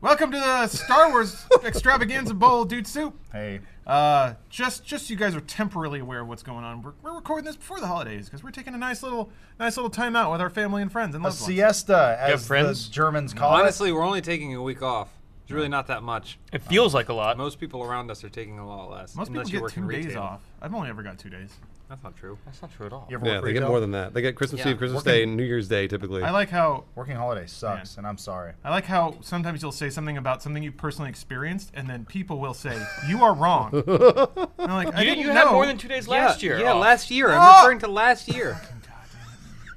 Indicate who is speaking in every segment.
Speaker 1: Welcome to the Star Wars Extravaganza Bowl, dude soup.
Speaker 2: Hey,
Speaker 1: Uh, just, just so you guys are temporarily aware of what's going on. We're, we're recording this before the holidays because we're taking a nice little, nice little time out with our family and friends and
Speaker 2: a
Speaker 1: loved ones.
Speaker 2: siesta,
Speaker 3: have
Speaker 2: as
Speaker 3: friends?
Speaker 2: the Germans call
Speaker 4: Honestly, we're only taking a week off. It's really not that much.
Speaker 3: It feels like a lot.
Speaker 4: Most people around us are taking a lot less.
Speaker 1: Most people
Speaker 4: unless you
Speaker 1: get
Speaker 4: work in
Speaker 1: two days
Speaker 4: retail.
Speaker 1: off. I've only ever got two days.
Speaker 4: That's not true.
Speaker 3: That's not true at all.
Speaker 2: it. You ever
Speaker 5: Yeah,
Speaker 2: work
Speaker 5: they get
Speaker 2: retail?
Speaker 5: more than that. They get Christmas
Speaker 4: Yeah.
Speaker 5: Eve, Christmas
Speaker 2: Working-
Speaker 5: Day, and New Year's Day typically.
Speaker 1: I like how,
Speaker 2: Working holiday sucks, and I'm sorry.
Speaker 1: I like how sometimes you'll say something about something you personally experienced, and then people will say you are wrong. And I'm like, I
Speaker 3: You,
Speaker 1: didn't
Speaker 3: you
Speaker 1: know.
Speaker 3: had more than two days last
Speaker 4: yeah,
Speaker 3: year.
Speaker 4: Yeah,
Speaker 3: off.
Speaker 4: last year.
Speaker 1: Oh!
Speaker 4: I'm referring to last year.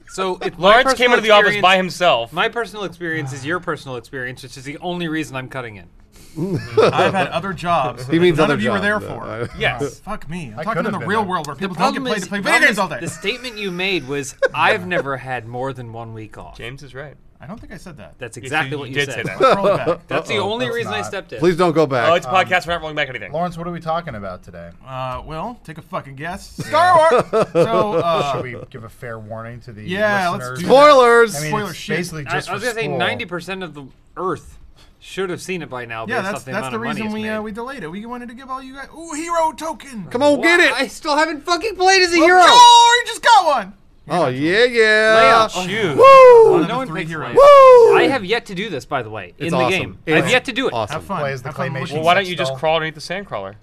Speaker 4: So it's my
Speaker 3: Lawrence came
Speaker 4: personal
Speaker 3: into the office by
Speaker 4: experience-
Speaker 3: himself.
Speaker 4: My personal experience is your personal experience, which is the only reason I'm cutting it.
Speaker 1: I've had other jobs.
Speaker 5: he means
Speaker 1: none
Speaker 5: other
Speaker 1: of you were
Speaker 5: jobs,
Speaker 1: there
Speaker 5: though.
Speaker 1: for.
Speaker 3: yes.
Speaker 1: Fuck me. I'm
Speaker 2: I
Speaker 1: talking
Speaker 2: could've
Speaker 1: in the
Speaker 2: been
Speaker 1: real
Speaker 2: there.
Speaker 1: world where people
Speaker 4: The
Speaker 1: don't get
Speaker 4: problem
Speaker 1: paid
Speaker 4: is-
Speaker 1: to play
Speaker 4: the
Speaker 1: video
Speaker 4: problem
Speaker 1: games
Speaker 4: is
Speaker 1: all day.
Speaker 4: The statement you made was, "I've never had more than one week off."
Speaker 3: James is right.
Speaker 1: I don't think I said that.
Speaker 4: That's exactly
Speaker 3: you
Speaker 4: what you
Speaker 3: did
Speaker 4: said.
Speaker 3: say that.
Speaker 1: Roll it back.
Speaker 4: That's the only
Speaker 2: That's
Speaker 4: reason I
Speaker 2: not.
Speaker 4: stepped in.
Speaker 5: Please don't go back.
Speaker 3: Oh, it's a podcast. We're not rolling back anything.
Speaker 2: Lawrence, what are we talking about today?
Speaker 1: Uh, well, take a fucking guess. Star Wars. so, uh,
Speaker 2: Should we give a fair warning to the
Speaker 1: Yeah, let's
Speaker 2: listeners?
Speaker 1: do that.
Speaker 5: Spoilers.
Speaker 2: I mean,
Speaker 1: Spoiler
Speaker 2: it's
Speaker 1: shit.
Speaker 2: basically
Speaker 4: I, I was
Speaker 2: just for
Speaker 4: gonna say
Speaker 2: spoil.
Speaker 4: ninety percent of the Earth should have seen it by now.
Speaker 1: yeah,
Speaker 4: based
Speaker 1: that's
Speaker 4: off the
Speaker 1: that's
Speaker 4: amount
Speaker 1: the
Speaker 4: of money
Speaker 1: reason
Speaker 4: it's
Speaker 1: we
Speaker 4: made.
Speaker 1: uh, we delayed it. We wanted to give all you guys ooh hero token.
Speaker 5: Come on, get it.
Speaker 4: I still haven't fucking played as a hero.
Speaker 1: Oh, you just got one.
Speaker 5: oh yeah, yeah. Oh,
Speaker 4: Layout.
Speaker 3: Shoot.
Speaker 5: Woo!
Speaker 1: One of
Speaker 4: no
Speaker 1: the
Speaker 4: one
Speaker 1: three
Speaker 4: picks
Speaker 1: heroes.
Speaker 4: Leia.
Speaker 5: Woo!
Speaker 4: I have yet to do this, by the way, in
Speaker 5: It's
Speaker 4: the
Speaker 5: awesome.
Speaker 4: game.
Speaker 5: It's
Speaker 4: I've yet to do it
Speaker 5: Awesome.
Speaker 1: Have fun.
Speaker 2: Play as the
Speaker 1: Have fun
Speaker 2: claymation.
Speaker 1: looking
Speaker 3: Well, why
Speaker 1: at
Speaker 3: don't you just
Speaker 2: Stall.
Speaker 3: crawl underneath the sand crawler?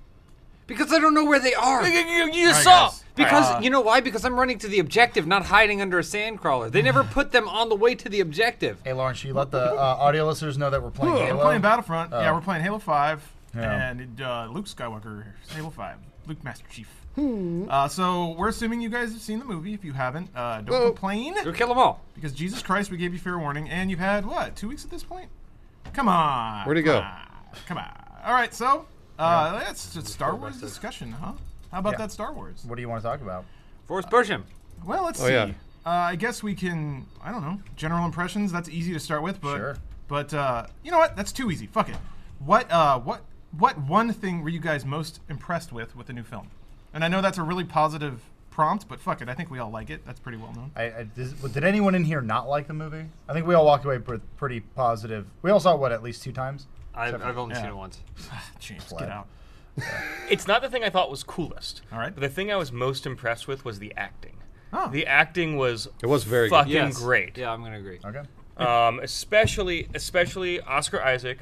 Speaker 4: because I don't know where they are.
Speaker 3: You
Speaker 1: All right,
Speaker 3: just saw.
Speaker 1: guys.
Speaker 4: Because
Speaker 1: Uh,
Speaker 4: you know why? Because I'm running to the objective, not hiding under a sandcrawler. They never put them on the way to the objective.
Speaker 2: Hey, Lawrence, should you let the uh, audio listeners know that we're playing
Speaker 1: We're
Speaker 2: Halo.
Speaker 1: playing Battlefront. Yeah, we're playing Halo Five
Speaker 2: Oh. Yeah.
Speaker 1: and uh, Luke Skywalker. Halo Five. Luke Master Chief.
Speaker 2: Hmm.
Speaker 1: Uh, so we're assuming you guys have seen the movie. If you haven't, uh, don't complain
Speaker 4: Go kill them all.
Speaker 1: because Jesus Christ, we gave you fair warning, and you've had what two weeks at this point? Come on.
Speaker 5: Where'd it
Speaker 1: come
Speaker 5: go?
Speaker 1: on, Come on. All right, so uh, that's just Star Wars discussion, huh? How about
Speaker 2: Yeah.
Speaker 1: that Star Wars?
Speaker 2: What do you want to talk about?
Speaker 4: Force push him.
Speaker 1: Well, let's
Speaker 5: Oh,
Speaker 1: see.
Speaker 5: yeah.
Speaker 1: Uh, I guess we can. I don't know. General impressions. That's easy to start with, but
Speaker 2: Sure.
Speaker 1: but uh, you know what? That's too easy. Fuck it. What uh, what what one thing were you guys most impressed with with the new film? And I know that's a really positive prompt, but fuck it. I think we all like it. That's pretty well known.
Speaker 2: I, I, does- did anyone in here not like the movie? I think we all walked away with pretty positive. We all saw it, what, at least two times?
Speaker 4: I've,
Speaker 2: Except-
Speaker 4: I've only seen
Speaker 1: yeah.
Speaker 4: it once.
Speaker 1: Ah, James,
Speaker 2: Flat.
Speaker 1: get out.
Speaker 3: It's not the thing I thought was coolest.
Speaker 1: All right.
Speaker 3: But the thing I was most impressed with was the acting.
Speaker 1: Oh.
Speaker 3: The acting was
Speaker 5: It was very good.
Speaker 3: fucking
Speaker 4: Yes.
Speaker 3: great.
Speaker 4: Yeah, I'm gonna agree.
Speaker 2: Okay.
Speaker 3: Um, especially especially Oscar Isaac.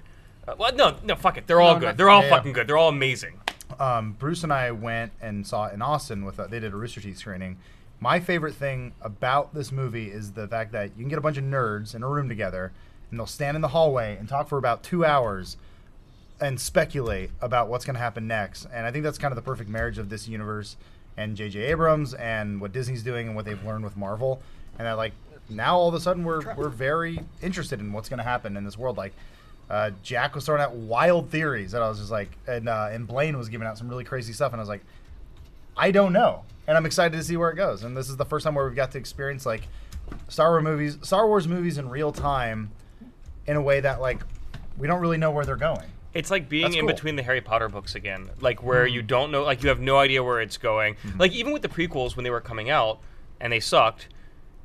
Speaker 3: Uh, well, no, no, fuck it. They're all
Speaker 4: no.
Speaker 3: good. They're all
Speaker 2: Yeah, yeah.
Speaker 3: fucking good. They're all amazing.
Speaker 2: um, Bruce and I went and saw it in Austin with a, they did a Rooster Teeth screening. My favorite thing about this movie is the fact that you can get a bunch of nerds in a room together, and they'll stand in the hallway and talk for about two hours, and speculate about what's going to happen next. And I think that's kind of the perfect marriage of this universe and J.J. Abrams and what Disney's doing and what they've learned with Marvel. And that like now all of a sudden we're we're very interested in what's going to happen in this world. Like uh, Jack was throwing out wild theories that I was just like, and uh, and Blaine was giving out some really crazy stuff, and I was like, I don't know, and I'm excited to see where it goes. And this is the first time where we've got to experience like Star Wars movies, Star Wars movies in real time, in a way that like we don't really know where they're going.
Speaker 3: It's like being
Speaker 2: That's
Speaker 3: in
Speaker 2: cool.
Speaker 3: between the Harry Potter books again, like where you don't know, like you have no idea where it's going. Like even with the prequels when they were coming out and they sucked,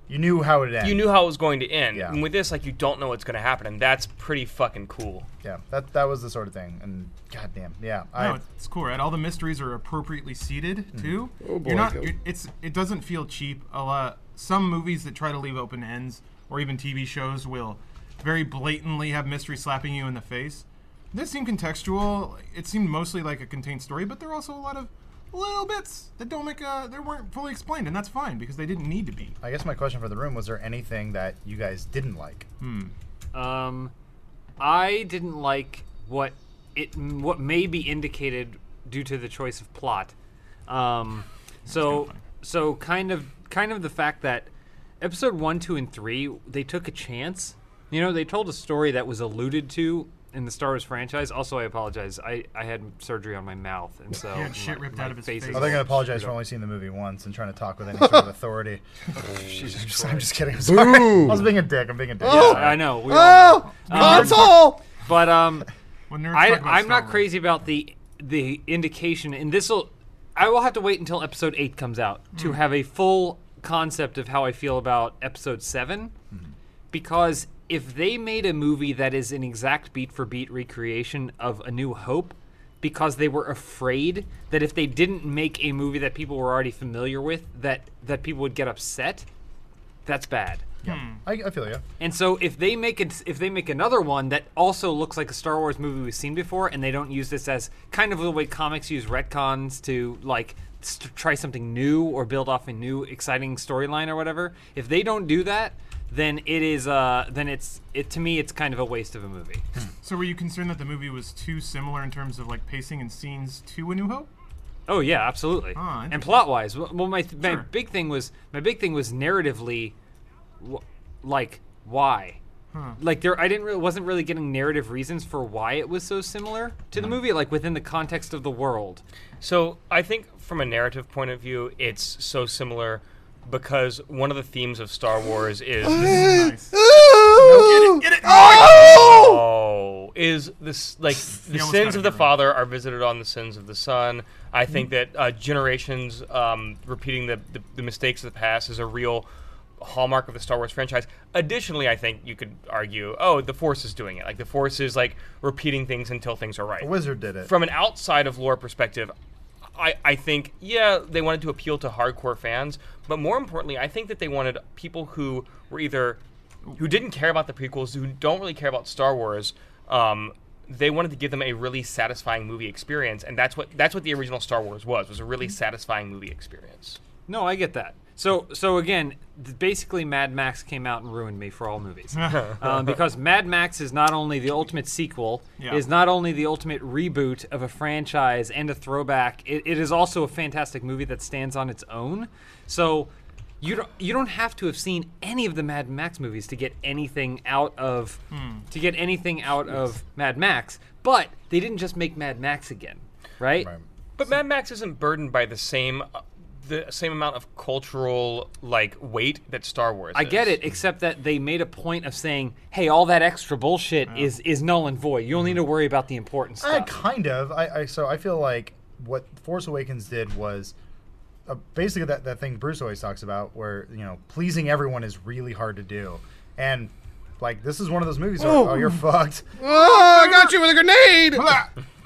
Speaker 2: You knew how it ended.
Speaker 3: you knew how it was going to end.
Speaker 2: Yeah.
Speaker 3: And with this, like you don't know what's going to happen, and that's pretty fucking cool.
Speaker 2: Yeah, that that was the sort of thing. And goddamn, yeah, I,
Speaker 1: No, Oh, it's cool, right? All the mysteries are appropriately seated too.
Speaker 5: boy,
Speaker 1: you're not.
Speaker 5: go.
Speaker 1: You're, it's it doesn't feel cheap. A lot. Some movies that try to leave open ends, or even TV shows, will very blatantly have mystery slapping you in the face. This seemed contextual. It seemed mostly like a contained story, but there are also a lot of little bits that don't make uh that weren't fully explained, and that's fine because they didn't need to be.
Speaker 2: I guess my question for the room was: there anything that you guys didn't like?
Speaker 4: Um, I didn't like what it what may be indicated due to the choice of plot. Um, so so kind of kind of the fact that episode one, two, and three they took a chance. You know, they told a story that was alluded to in the Star Wars franchise. Also, I apologize. I, I had surgery on my mouth, and so
Speaker 1: had shit
Speaker 4: my-
Speaker 1: ripped
Speaker 4: my
Speaker 1: out of his
Speaker 4: face is
Speaker 1: face.
Speaker 2: Are
Speaker 1: Are
Speaker 2: they
Speaker 1: they
Speaker 4: all
Speaker 2: going to apologize
Speaker 4: screwed
Speaker 2: for
Speaker 4: up.
Speaker 2: only seeing the movie once and trying to talk with any sort of authority? I'm, just, I'm just kidding. I'm sorry. I was being a dick. I'm being a dick.
Speaker 5: Oh!
Speaker 4: I know. We all know.
Speaker 5: Oh, console.
Speaker 4: But um,
Speaker 1: When nerds
Speaker 4: I,
Speaker 1: talk about
Speaker 4: I'm
Speaker 1: Star
Speaker 4: not
Speaker 1: Wars.
Speaker 4: crazy about the the indication, and this will. I will have to wait until episode eight comes out to have a full concept of how I feel about episode 7 because if they made a movie that is an exact beat for beat recreation of A New Hope because they were afraid that if they didn't make a movie that people were already familiar with that that people would get upset, that's bad.
Speaker 2: I, I feel you.
Speaker 4: And so if they make it, if they make another one that also looks like a Star Wars movie we've seen before, and they don't use this as kind of the way comics use retcons to like st- try something new or build off a new exciting storyline or whatever, if they don't do that, then it is uh then it's it to me it's kind of a waste of a movie.
Speaker 1: So were you concerned that the movie was too similar in terms of like pacing and scenes to A New Hope?
Speaker 4: Oh yeah, absolutely.
Speaker 1: Ah,
Speaker 4: and
Speaker 1: interesting.
Speaker 4: plot wise, well, my th- my
Speaker 1: Sure.
Speaker 4: big thing was my big thing was narratively, wh- like why, like there I didn't really, wasn't really getting narrative reasons for why it was so similar to the movie, like within the context of the world.
Speaker 3: So I think from a narrative point of view, it's so similar because one of the themes of Star Wars is
Speaker 1: Nice. Get it?
Speaker 3: oh is this like
Speaker 1: almost
Speaker 3: the
Speaker 1: got
Speaker 3: sins
Speaker 1: it, Mm-hmm.
Speaker 3: of the
Speaker 1: you're right.
Speaker 3: father are visited on the sins of the son. I think that uh, generations um, repeating the, the the mistakes of the past is a real hallmark of the Star Wars franchise. Additionally, I think you could argue, oh, the Force is doing it. Like the Force is like repeating things until things are right.
Speaker 2: The wizard did it.
Speaker 3: from an outside of lore perspective, I, I think, yeah, they wanted to appeal to hardcore fans, but more importantly, I think that they wanted people who were either who didn't care about the prequels, who don't really care about Star Wars. Um, they wanted to give them a really satisfying movie experience, and that's what that's what the original Star Wars was was a
Speaker 4: Mm-hmm.
Speaker 3: really satisfying movie experience.
Speaker 4: No, I get that. So so again, th- basically Mad Max came out and ruined me for all movies um, because Mad Max is not only the ultimate sequel,
Speaker 1: Yeah.
Speaker 4: is not only the ultimate reboot of a franchise and a throwback. It, it is also a fantastic movie that stands on its own. So. You don't, you don't have to have seen any of the Mad Max movies to get anything out of to get anything out of Mad Max, but they didn't just make Mad Max again, right?
Speaker 2: Right.
Speaker 3: But Mad Max isn't burdened by the same uh, the same amount of cultural like weight that Star Wars.
Speaker 4: I get
Speaker 3: is.
Speaker 4: it, except that they made a point of saying, "Hey, all that extra bullshit is is null and void. You only
Speaker 3: Mm-hmm.
Speaker 4: need to worry about the important
Speaker 2: I
Speaker 4: stuff."
Speaker 2: kind of. I, I so I feel like what Force Awakens did was uh, basically that, that thing Bruce always talks about, where you know pleasing everyone is really hard to do, and like this is one of those movies where oh you're fucked.
Speaker 5: Oh, I got you with a grenade.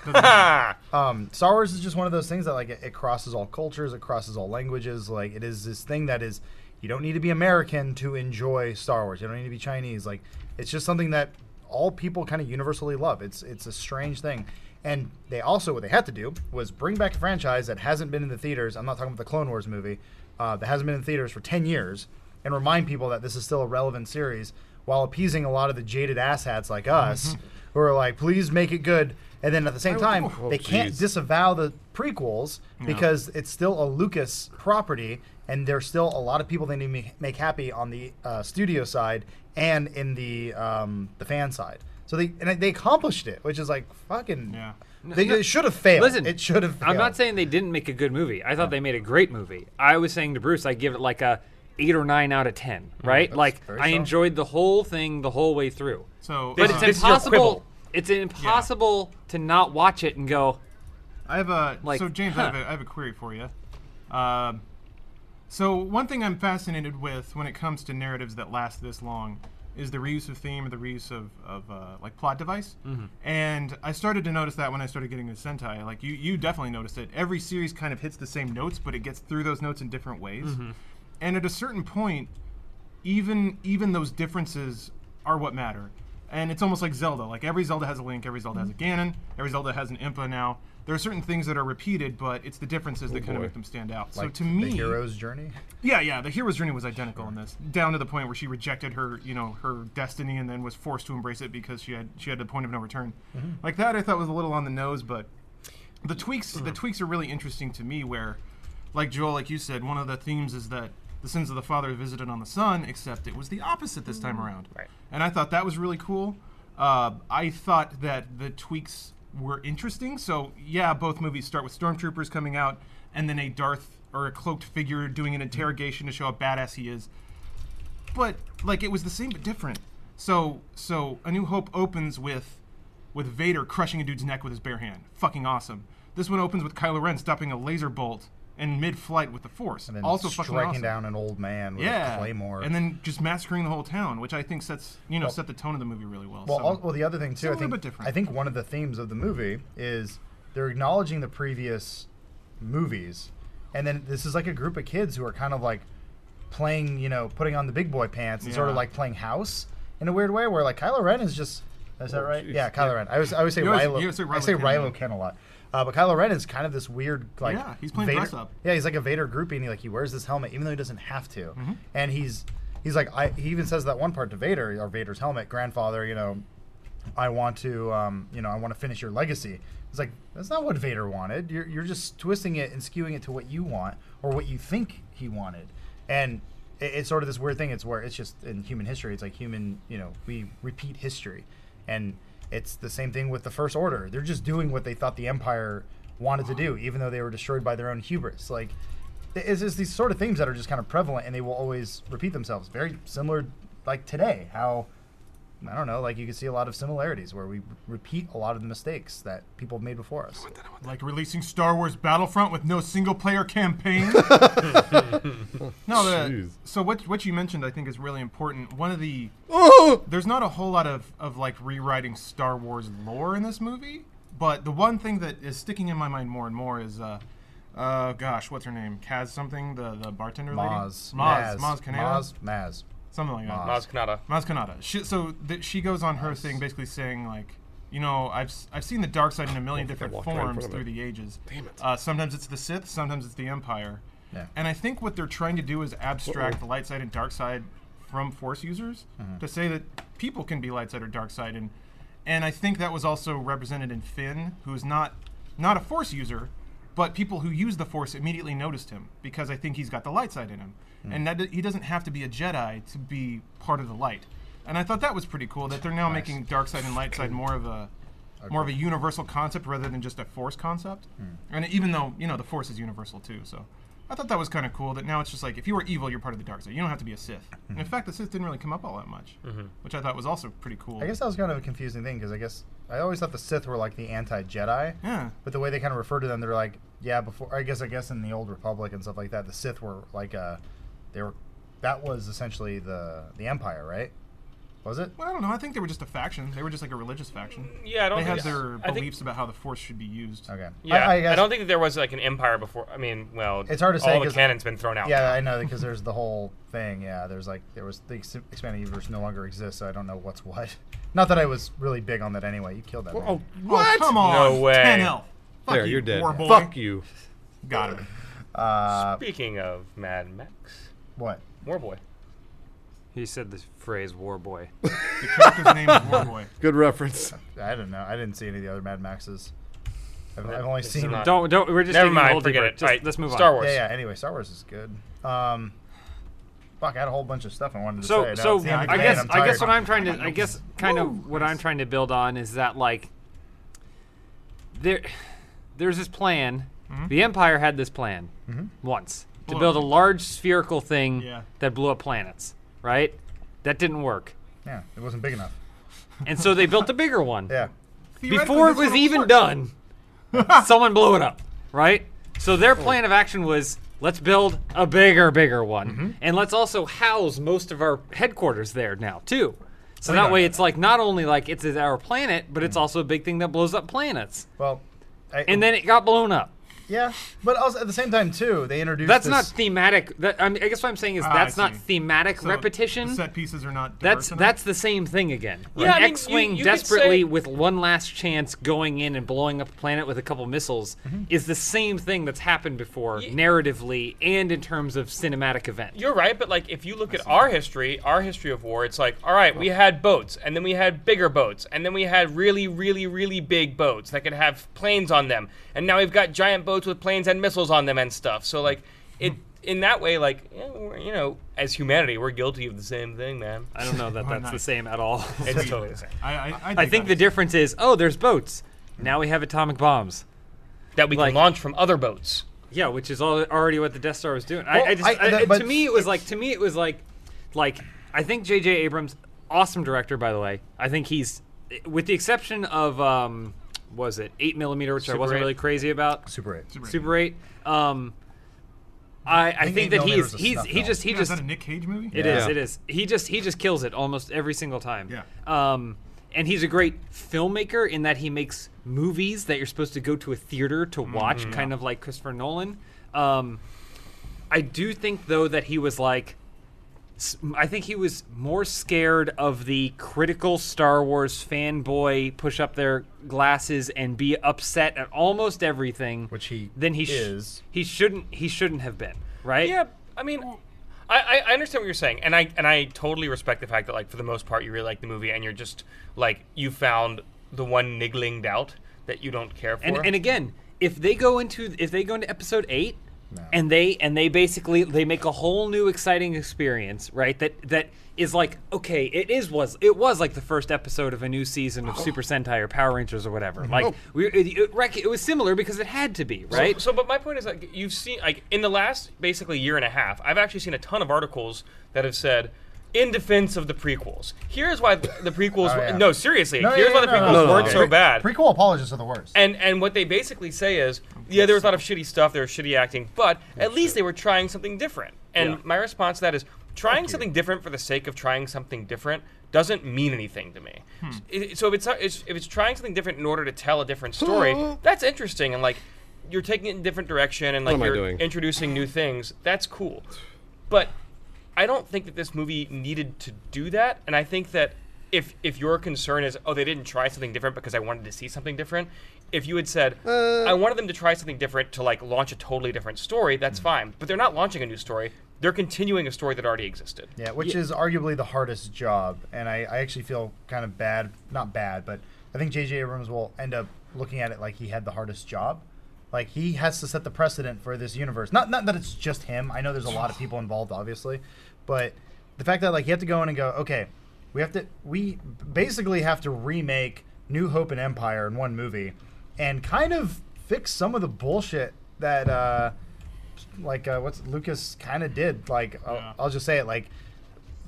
Speaker 3: Ah,
Speaker 2: Um, Star Wars is just one of those things that like it, it crosses all cultures, it crosses all languages. Like it is this thing that is you don't need to be American to enjoy Star Wars. You don't need to be Chinese. Like it's just something that all people kind of universally love. It's it's a strange thing. And they also what they had to do was bring back a franchise that hasn't been in the theaters. I'm not talking about the Clone Wars movie uh, that hasn't been in theaters for 10 years, and remind people that this is still a relevant series while appeasing a lot of the jaded asshats like us who are like, please make it good. And then at the same time,
Speaker 1: Oh,
Speaker 2: they can't
Speaker 5: geez.
Speaker 2: disavow the prequels because it's still a Lucas property, and there's still a lot of people they need to ma- make happy on the uh, studio side and in the um, the fan side. So they and they accomplished it, which is like fucking.
Speaker 1: Yeah.
Speaker 2: They, it should have failed.
Speaker 4: Listen,
Speaker 2: it should have.
Speaker 4: I'm
Speaker 2: failed.
Speaker 4: not saying they didn't make a good movie. I thought they made a great movie. I was saying to Bruce, I give it like a eight or nine out of ten.
Speaker 3: Mm-hmm.
Speaker 4: Right? like
Speaker 2: very
Speaker 4: I
Speaker 2: solid.
Speaker 4: enjoyed the whole thing the whole way through.
Speaker 1: So
Speaker 4: But
Speaker 1: uh,
Speaker 4: it's
Speaker 3: this is your
Speaker 4: impossible.
Speaker 3: quibble.
Speaker 4: It's impossible to not watch it and go,
Speaker 1: I have a
Speaker 4: Like,
Speaker 1: so James, I, have a, I have a query for you. Um so one thing I'm fascinated with when it comes to narratives that last this long is the reuse of theme or the reuse of, of uh, like plot device. And I started to notice that when I started getting into Sentai. Like you, you definitely noticed it. Every series kind of hits the same notes, but it gets through those notes in different ways. And at a certain point, even even those differences are what matter. And it's almost like Zelda. Like every Zelda has a Link, every Zelda
Speaker 2: Mm-hmm.
Speaker 1: has a Ganon, every Zelda has an Impa now. There are certain things that are repeated, but it's the differences that kind of make them stand out. so
Speaker 2: Oh, Like
Speaker 1: to me,
Speaker 2: the hero's journey.
Speaker 1: yeah, yeah, the hero's journey was identical in this, down to the point where she rejected her, you know, her destiny, and then was forced to embrace it because she had she had a point of no return.
Speaker 2: Mm-hmm.
Speaker 1: Like that, I thought was a little on the nose, but the tweaks the tweaks are really interesting to me. Where, like Joel, like you said, one of the themes is that the sins of the father visited on the son, except it was the opposite this time around.
Speaker 3: Right.
Speaker 1: And I thought that was really cool. Uh, I thought that the tweaks were interesting. So yeah, both movies start with stormtroopers coming out, and then a Darth or a cloaked figure doing an interrogation to show how badass he is. But like it was the same but different. So so A New Hope opens with with Vader crushing a dude's neck with his bare hand. Fucking awesome. This one opens with Kylo Ren stopping a laser bolt and mid-flight with the Force.
Speaker 2: And then
Speaker 1: also fucking
Speaker 2: striking
Speaker 1: awesome.
Speaker 2: down an old man with
Speaker 1: yeah,
Speaker 2: a claymore.
Speaker 1: and then just massacring the whole town, which I think sets you know set the tone of the movie really well.
Speaker 2: Well,
Speaker 1: so,
Speaker 2: al- well, the other thing
Speaker 1: a
Speaker 2: too, I
Speaker 1: little
Speaker 2: think,
Speaker 1: bit different.
Speaker 2: I think one of the themes of the movie is they're acknowledging the previous movies, and then this is like a group of kids who are kind of like playing, you know, putting on the big boy pants and sort of
Speaker 1: Yeah.
Speaker 2: like playing house in a weird way, where like Kylo Ren is just, is that right? Yeah, Kylo Ren. I always, I always say
Speaker 1: You always-
Speaker 2: Kylo.
Speaker 1: you always say
Speaker 2: I say
Speaker 1: Kylo Ren.
Speaker 2: Kylo Ken a lot. Uh, but Kylo Ren is kind of this weird, like
Speaker 1: Yeah, he's playing
Speaker 2: Vader,
Speaker 1: dress up.
Speaker 2: yeah, he's like a Vader groupie, and he like he wears this helmet even though he doesn't have to.
Speaker 1: Mm-hmm.
Speaker 2: And he's he's like I, he even says that one part to Vader, or Vader's helmet, grandfather. You know, I want to um, you know I want to finish your legacy. It's like that's not what Vader wanted. You're you're just twisting it and skewing it to what you want or what you think he wanted. And it, it's sort of this weird thing. It's where it's just in human history. It's like human you know we repeat history, and it's the same thing with the First Order. They're just doing what they thought the Empire wanted to do, even though they were destroyed by their own hubris. Like, th- it's just these sort of themes that are just kind of prevalent, and they will always repeat themselves. Very similar, like today, how I don't know, like you can see a lot of similarities where we repeat a lot of the mistakes that people have made before us.
Speaker 1: like releasing Star Wars Battlefront with no single-player campaign. no, the,
Speaker 5: Jeez.
Speaker 1: so what what you mentioned I think is really important. One of the
Speaker 6: Oh!
Speaker 1: there's not a whole lot of, of like rewriting Star Wars lore in this movie, but the one thing that is sticking in my mind more and more is, uh, uh, gosh, what's her name? Kaz something, the, the bartender
Speaker 2: Maz,
Speaker 1: lady? Maz. Maz Kanata?
Speaker 2: Maz, Maz.
Speaker 1: Something like that.
Speaker 3: Maz Kanata.
Speaker 1: Maz Kanata. She, so th- she goes on her thing basically saying, like, you know, I've, s- I've seen the dark side in a million different
Speaker 5: walked right in
Speaker 1: forms
Speaker 5: front of
Speaker 1: through
Speaker 5: it.
Speaker 1: the ages. Damn it. Uh, sometimes it's the Sith, sometimes it's the Empire.
Speaker 2: Yeah.
Speaker 1: And I think what they're trying to do is abstract the light side and dark side from Force users
Speaker 5: Mm-hmm.
Speaker 1: to say that people can be light side or dark side. And, and I think that was also represented in Finn, who is not, not a Force user, but people who use the Force immediately noticed him because I think he's got the light side in him,
Speaker 2: Hmm.
Speaker 1: and that he doesn't have to be a Jedi to be part of the light. And I thought that was pretty cool that they're now making dark side and light side more of a more of a universal concept rather than just a Force concept.
Speaker 2: Hmm.
Speaker 1: And even though you know the Force is universal too, so I thought that was kind of cool that now it's just like if you were evil, you're part of the dark side. You don't have to be a Sith.
Speaker 2: Hmm.
Speaker 1: And in fact, the Sith didn't really come up all that much, which I thought was also pretty cool.
Speaker 2: I guess that was kind of a confusing thing because I guess I always thought the Sith were like the anti Jedi.
Speaker 1: yeah.
Speaker 2: But the way they kind of refer to them, they're like, yeah, before I guess I guess in the old Republic and stuff like that, the Sith were like uh they were that was essentially the the Empire, right? Was it?
Speaker 1: Well, I don't know. I think they were just a faction. They were just like a religious faction.
Speaker 3: Yeah, I don't
Speaker 1: They
Speaker 3: think
Speaker 1: had their
Speaker 3: I think-
Speaker 1: beliefs about how the Force should be used. Oh,
Speaker 2: Okay.
Speaker 3: Yeah,
Speaker 2: I,
Speaker 3: I,
Speaker 2: I guess,
Speaker 3: don't think that there was like an empire before. I mean, well,
Speaker 2: It's hard to
Speaker 3: all
Speaker 2: say
Speaker 3: the
Speaker 2: 'cause-
Speaker 3: canon's been thrown out.
Speaker 2: Yeah, I know because there's the whole thing. Yeah, there's like there was the ex- expanded universe no longer exists, so I don't know what's what. Not that I was really big on that anyway. You killed that. man.
Speaker 5: Oh,
Speaker 1: Oh,
Speaker 6: What?
Speaker 1: come on.
Speaker 3: No way.
Speaker 1: 10 elf. Fuck
Speaker 5: there,
Speaker 1: you,
Speaker 5: you're dead.
Speaker 1: War boy.
Speaker 5: Fuck you.
Speaker 1: Got him.
Speaker 2: Uh,
Speaker 3: Speaking of Mad Max,
Speaker 2: what?
Speaker 3: Warboy.
Speaker 4: He said the phrase "war boy."
Speaker 1: The character's name is War boy.
Speaker 5: Good reference.
Speaker 2: I don't know. I didn't see any of the other Mad Maxes. I've, I've only
Speaker 3: It's
Speaker 2: seen.
Speaker 3: not-
Speaker 4: don't don't. We're just
Speaker 3: Never
Speaker 4: digging a
Speaker 3: mind,
Speaker 4: hole
Speaker 3: forget
Speaker 4: deeper.
Speaker 3: it.
Speaker 4: Just,
Speaker 3: Alright,
Speaker 4: Let's move on.
Speaker 3: Star Wars.
Speaker 2: Yeah, yeah. Anyway, Star Wars is good. Um, fuck, I had a whole bunch of stuff I wanted to
Speaker 4: So
Speaker 2: say. Now
Speaker 4: so
Speaker 2: it's the end of the
Speaker 4: I
Speaker 2: day
Speaker 4: guess
Speaker 2: and
Speaker 4: I guess
Speaker 2: tired.
Speaker 4: what I'm trying to I guess kind of what I'm trying to build on is that like there there's this plan.
Speaker 2: Mm-hmm.
Speaker 4: The Empire had this plan once to
Speaker 1: Blew
Speaker 4: build a
Speaker 1: up.
Speaker 4: large spherical thing
Speaker 1: Yeah.
Speaker 4: that blew up planets, right? That didn't work.
Speaker 2: Yeah, it wasn't big enough.
Speaker 4: And so they built a bigger one.
Speaker 2: Yeah.
Speaker 1: Theoretically,
Speaker 4: before it
Speaker 1: this
Speaker 4: was
Speaker 1: would've
Speaker 4: even
Speaker 1: worked.
Speaker 4: done, someone blew it up, right? So their plan of action was let's build a bigger, bigger one,
Speaker 1: Mm-hmm.
Speaker 4: and let's also house most of our headquarters there now too. So that way, it's like not only like it's our planet, but
Speaker 1: Mm.
Speaker 4: it's also a big thing that blows up planets.
Speaker 2: Well. I,
Speaker 4: And then it got blown up.
Speaker 2: yeah, but also at the same time too, they introduced.
Speaker 4: That's
Speaker 2: this-
Speaker 4: not thematic. That, I, mean, I guess what I'm saying is
Speaker 1: Ah, I
Speaker 4: that's not
Speaker 1: see.
Speaker 4: thematic
Speaker 1: So
Speaker 4: repetition.
Speaker 1: The set pieces are not. diverse
Speaker 4: That's
Speaker 1: enough?
Speaker 4: that's the same thing again.
Speaker 3: Yeah, I
Speaker 4: An
Speaker 3: mean, you-
Speaker 4: X-wing
Speaker 3: you could
Speaker 4: desperately
Speaker 3: say-
Speaker 4: with one last chance going in and blowing up a planet with a couple missiles
Speaker 3: Mm-hmm.
Speaker 4: is the same thing that's happened before narratively and in terms of cinematic event.
Speaker 3: You're right, but like if you look at our history, our history of war, it's like, all right, we had boats, and then we had bigger boats, and then we had really, really, really big boats that could have planes on them, and now we've got giant boats with planes and missiles on them and stuff. So like,
Speaker 2: Hmm.
Speaker 3: it in that way, like, yeah, we're, you know, as humanity, we're guilty of the same thing, man.
Speaker 4: I don't know that that's the
Speaker 1: nice.
Speaker 4: same at all.
Speaker 3: It's totally the same.
Speaker 1: I, I, I,
Speaker 4: I think the difference is oh, there's boats. Now we have atomic bombs.
Speaker 3: That we
Speaker 4: Like-
Speaker 3: can launch from other boats.
Speaker 4: Yeah, which is al- already what the Death Star was doing. I,
Speaker 2: Well,
Speaker 4: I just,
Speaker 2: I-
Speaker 4: I-
Speaker 2: that-
Speaker 4: I- to
Speaker 2: but-
Speaker 4: me, it was like, to me, it was like, like I think J.J. Abrams, awesome director, by the way. I think he's, with the exception of, um, was it eight millimeter, which I
Speaker 3: Super
Speaker 4: wasn't
Speaker 3: 8.
Speaker 4: really crazy about.
Speaker 2: Super eight.
Speaker 4: Super eight. Um, I, I
Speaker 2: think
Speaker 4: think
Speaker 2: Dave
Speaker 4: that
Speaker 2: Millman
Speaker 4: he's
Speaker 2: was a
Speaker 4: he's
Speaker 2: snuff
Speaker 4: he
Speaker 2: film.
Speaker 4: just he
Speaker 7: Yeah, is
Speaker 4: just
Speaker 7: that a Nick Cage movie?
Speaker 4: It
Speaker 2: Yeah.
Speaker 4: is.
Speaker 2: Yeah.
Speaker 4: It is. He just he just kills it almost every single time.
Speaker 7: Yeah.
Speaker 4: Um, and he's a great filmmaker in that he makes movies that you're supposed to go to a theater to
Speaker 2: Mm-hmm.
Speaker 4: watch, kind of like Christopher Nolan. Um, I do think though that he was like, s- I think he was more scared of the critical Star Wars fanboy push up their glasses and be upset at almost everything,
Speaker 2: Which he
Speaker 4: then he sh-
Speaker 2: is.
Speaker 4: he shouldn't he shouldn't have been right.
Speaker 3: Yeah, I mean, I, I- I understand what you're saying, and I and I totally respect the fact that like for the most part you really like the movie, and you're just like you found the one niggling doubt that you don't care for.
Speaker 4: and, and again if they go into if they go into episode eight and they and they basically they make a whole new exciting experience right that that is like okay it is was it was like the first episode of a new season
Speaker 3: Oh.
Speaker 4: of super sentai or power rangers or whatever like we it, it, rec- it was similar because it had to be right
Speaker 3: Mm-hmm. So, but my point is like you've seen like in the last basically year and a half, I've actually seen a ton of articles that have said. In defense of the prequels, here's why the the prequels.
Speaker 2: Oh,
Speaker 3: were-
Speaker 2: yeah.
Speaker 3: No, seriously,
Speaker 2: No, yeah,
Speaker 3: here's
Speaker 2: yeah,
Speaker 3: why the
Speaker 2: no,
Speaker 3: prequels
Speaker 2: no, no,
Speaker 3: weren't
Speaker 2: no.
Speaker 3: so bad.
Speaker 2: Prequel apologists are the worst.
Speaker 3: And and what they basically say is,
Speaker 1: Oh,
Speaker 3: yeah, there was a lot of shitty stuff, there was shitty acting, but at least they were trying something different. And
Speaker 4: Yeah.
Speaker 3: my response to that is, trying something different for the sake of trying something different doesn't mean anything to me.
Speaker 1: Hmm.
Speaker 3: S- i- So if it's, not, it's if it's trying something different in order to tell a different story, that's interesting and like you're taking it in a different direction and like
Speaker 1: am I
Speaker 3: you're
Speaker 1: doing?
Speaker 3: introducing new things. That's cool. But I don't think that this movie needed to do that, and I think that if if your concern is oh they didn't try something different because I wanted to see something different, if you had said I wanted them to try something different to like launch a totally different story,
Speaker 1: Mm.
Speaker 3: that's fine. But they're not launching a new story; they're continuing a story that already existed.
Speaker 2: Yeah, which is arguably the hardest job, and I, I actually feel kind of bad. Not bad, but I think J.J. Abrams will end up looking at it like he had the hardest job. Like he has to set the precedent for this universe. Not not that it's just him. I know there's a lot of people involved, obviously, but the fact that like you have to go in and go, okay, we have to we basically have to remake New Hope and Empire in one movie, and kind of fix some of the bullshit that. uh like uh, what's Lucas kind of did. Like I'll, I'll just say it. Like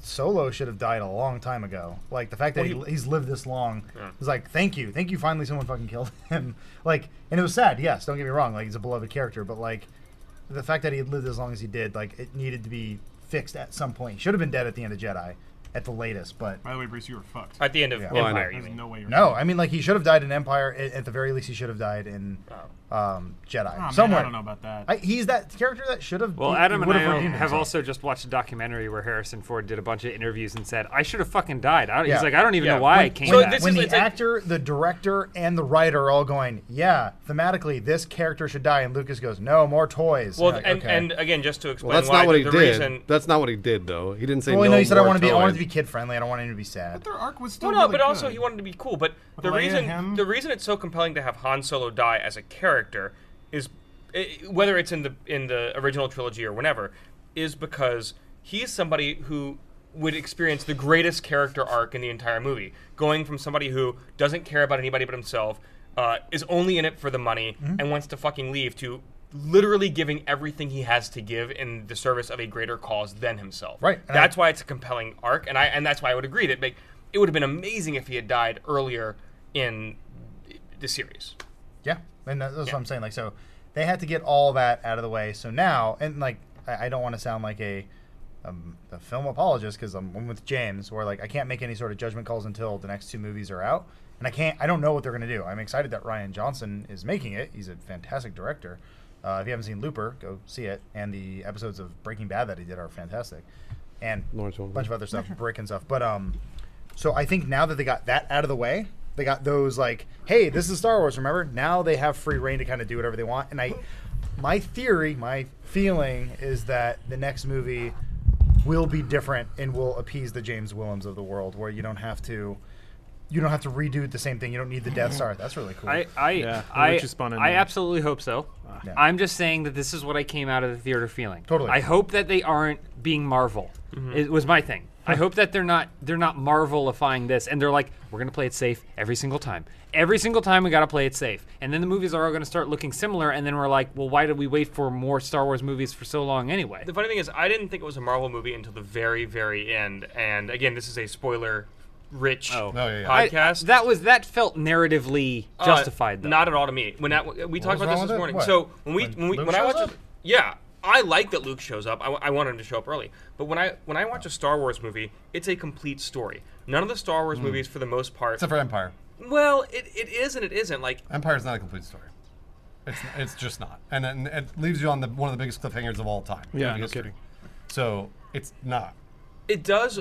Speaker 2: Solo should have died a long time ago. Like the fact that he, he's lived this long is like thank you, thank you. Finally, someone fucking killed him. like and it was sad. Yes, don't get me wrong. Like he's a beloved character, but like the fact that he had lived as long as he did, like it needed to be fixed at some point. He should have been dead at the end of Jedi, at the latest. But
Speaker 7: By the way, Bruce, you were fucked.
Speaker 3: At the end of
Speaker 2: Yeah.
Speaker 1: Well, I know.
Speaker 3: Empire, you
Speaker 7: There's
Speaker 3: mean.
Speaker 7: no way you're
Speaker 2: no, I mean like he should have died in Empire. At, at the very least, he should have died in um, Jedi
Speaker 1: Oh,
Speaker 7: Ah, man,
Speaker 2: somewhere.
Speaker 7: I don't know about that.
Speaker 2: I- he's that character that should have.
Speaker 4: Well,
Speaker 2: he- he
Speaker 4: Adam and
Speaker 2: would
Speaker 4: I
Speaker 2: have redeemed
Speaker 4: have
Speaker 2: himself.
Speaker 4: also just watched a documentary where Harrison Ford did a bunch of interviews and said, "I should have fucking died." I,
Speaker 2: Yeah.
Speaker 4: He's like, "I don't even
Speaker 3: Yeah.
Speaker 4: know why
Speaker 3: When-
Speaker 4: I came."
Speaker 3: so
Speaker 4: back."
Speaker 3: this
Speaker 2: when
Speaker 3: is-
Speaker 2: the
Speaker 3: it's like-
Speaker 2: actor, the director, and the writer are all going, yeah, thematically, this character should die, and Lucas goes, no, more toys.
Speaker 3: Well,
Speaker 2: like,
Speaker 3: and,
Speaker 2: okay.
Speaker 3: and again, just to explain
Speaker 1: Well, that's
Speaker 3: why
Speaker 1: not what
Speaker 3: the,
Speaker 1: he
Speaker 3: the
Speaker 1: did.
Speaker 3: reason
Speaker 1: That's not what he did, though. He didn't say
Speaker 2: well,
Speaker 1: no.
Speaker 2: no, he said I
Speaker 1: more
Speaker 2: want to be, I wanted to be
Speaker 1: toys."
Speaker 2: kid friendly. I don't want him to be sad.
Speaker 7: Their arc was still
Speaker 3: Well, no,
Speaker 7: really
Speaker 3: but also
Speaker 7: good.
Speaker 3: he wanted to be cool. But the
Speaker 7: Leia
Speaker 3: reason
Speaker 7: him?
Speaker 3: the reason it's so compelling to have Han Solo die as a character is i whether it's in the in the original trilogy or whenever is because he's somebody who would experience the greatest character arc in the entire movie, going from somebody who doesn't care about anybody but himself, uh, is only in it for the money,
Speaker 7: Mm-hmm.
Speaker 3: and wants to fucking leave to literally giving everything he has to give in the service of a greater cause than himself.
Speaker 2: Right, and I-
Speaker 3: That's why why it's a compelling arc, and I and that's why I would agree that like, it would have been amazing if he had died earlier in the series.
Speaker 2: Yeah, and that, that's what I'm saying. Like, so they had to get all that out of the way. So now, and like, I, I don't want to sound like a um, a film apologist because I'm, I'm with James, where like I can't make any sort of judgment calls until the next two movies are out, and I can't. I don't know what they're gonna do. I'm excited that Ryan Johnson is making it. He's a fantastic director. Uh, if you haven't seen Looper, go see it, and the episodes of Breaking Bad that he did are fantastic, and a
Speaker 1: Lawrence Olivier.
Speaker 2: bunch of other stuff, Brick and stuff. But um, so I think now that they got that out of the way, they got those like, hey, this is Star Wars, remember? Now they have free reign to kind of do whatever they want. And I, my theory, my feeling is that the next movie will be different and will appease the James Willems of the world, where you don't have to, you don't have to redo the same thing. You don't need the Death Star. That's really cool.
Speaker 4: I I
Speaker 7: Yeah, I'll
Speaker 4: I,
Speaker 7: let you spawn in
Speaker 4: I
Speaker 7: there.
Speaker 4: absolutely hope so.
Speaker 2: Yeah.
Speaker 4: I'm just saying that this is what I came out of the theater feeling.
Speaker 2: Totally.
Speaker 4: I hope that they aren't being Marvel. It was my thing. I hope that they're not they're not Marvelifying this and they're like we're gonna play it safe every single time. Every single time we gotta play it safe, and then the movies are all gonna start looking similar, and then we're like, well, why did we wait for more Star Wars movies for so long anyway?
Speaker 3: The funny thing is, I didn't think it was a Marvel movie until the very, very end. And again, this is a spoiler-rich
Speaker 4: Oh.
Speaker 2: Oh, yeah, yeah.
Speaker 4: I-
Speaker 3: podcast.
Speaker 4: that was that felt narratively
Speaker 3: Uh,
Speaker 4: justified though.
Speaker 3: Not at all to me. When that, we talked
Speaker 2: was wrong
Speaker 3: about this
Speaker 2: with
Speaker 3: this
Speaker 2: it?
Speaker 3: morning.
Speaker 2: What?
Speaker 3: So when we
Speaker 2: When
Speaker 3: when, we,
Speaker 2: Luke
Speaker 3: when I
Speaker 2: shows
Speaker 3: watched
Speaker 2: up?
Speaker 3: it, yeah, I like that Luke shows up. I, w- I want him to show up early. But when I when I watch a Star Wars movie, it's a complete story. None of the Star
Speaker 2: Hmm.
Speaker 3: Wars movies, for the most part,
Speaker 5: Except for Empire.
Speaker 3: well, it, it is and it isn't. Like
Speaker 5: Empire is not a complete story. It's, it's just not, and, and it leaves you on the one of the biggest cliffhangers of all time.
Speaker 1: Yeah,
Speaker 5: in
Speaker 1: no
Speaker 5: history.
Speaker 1: kidding.
Speaker 5: So it's not.
Speaker 3: it does,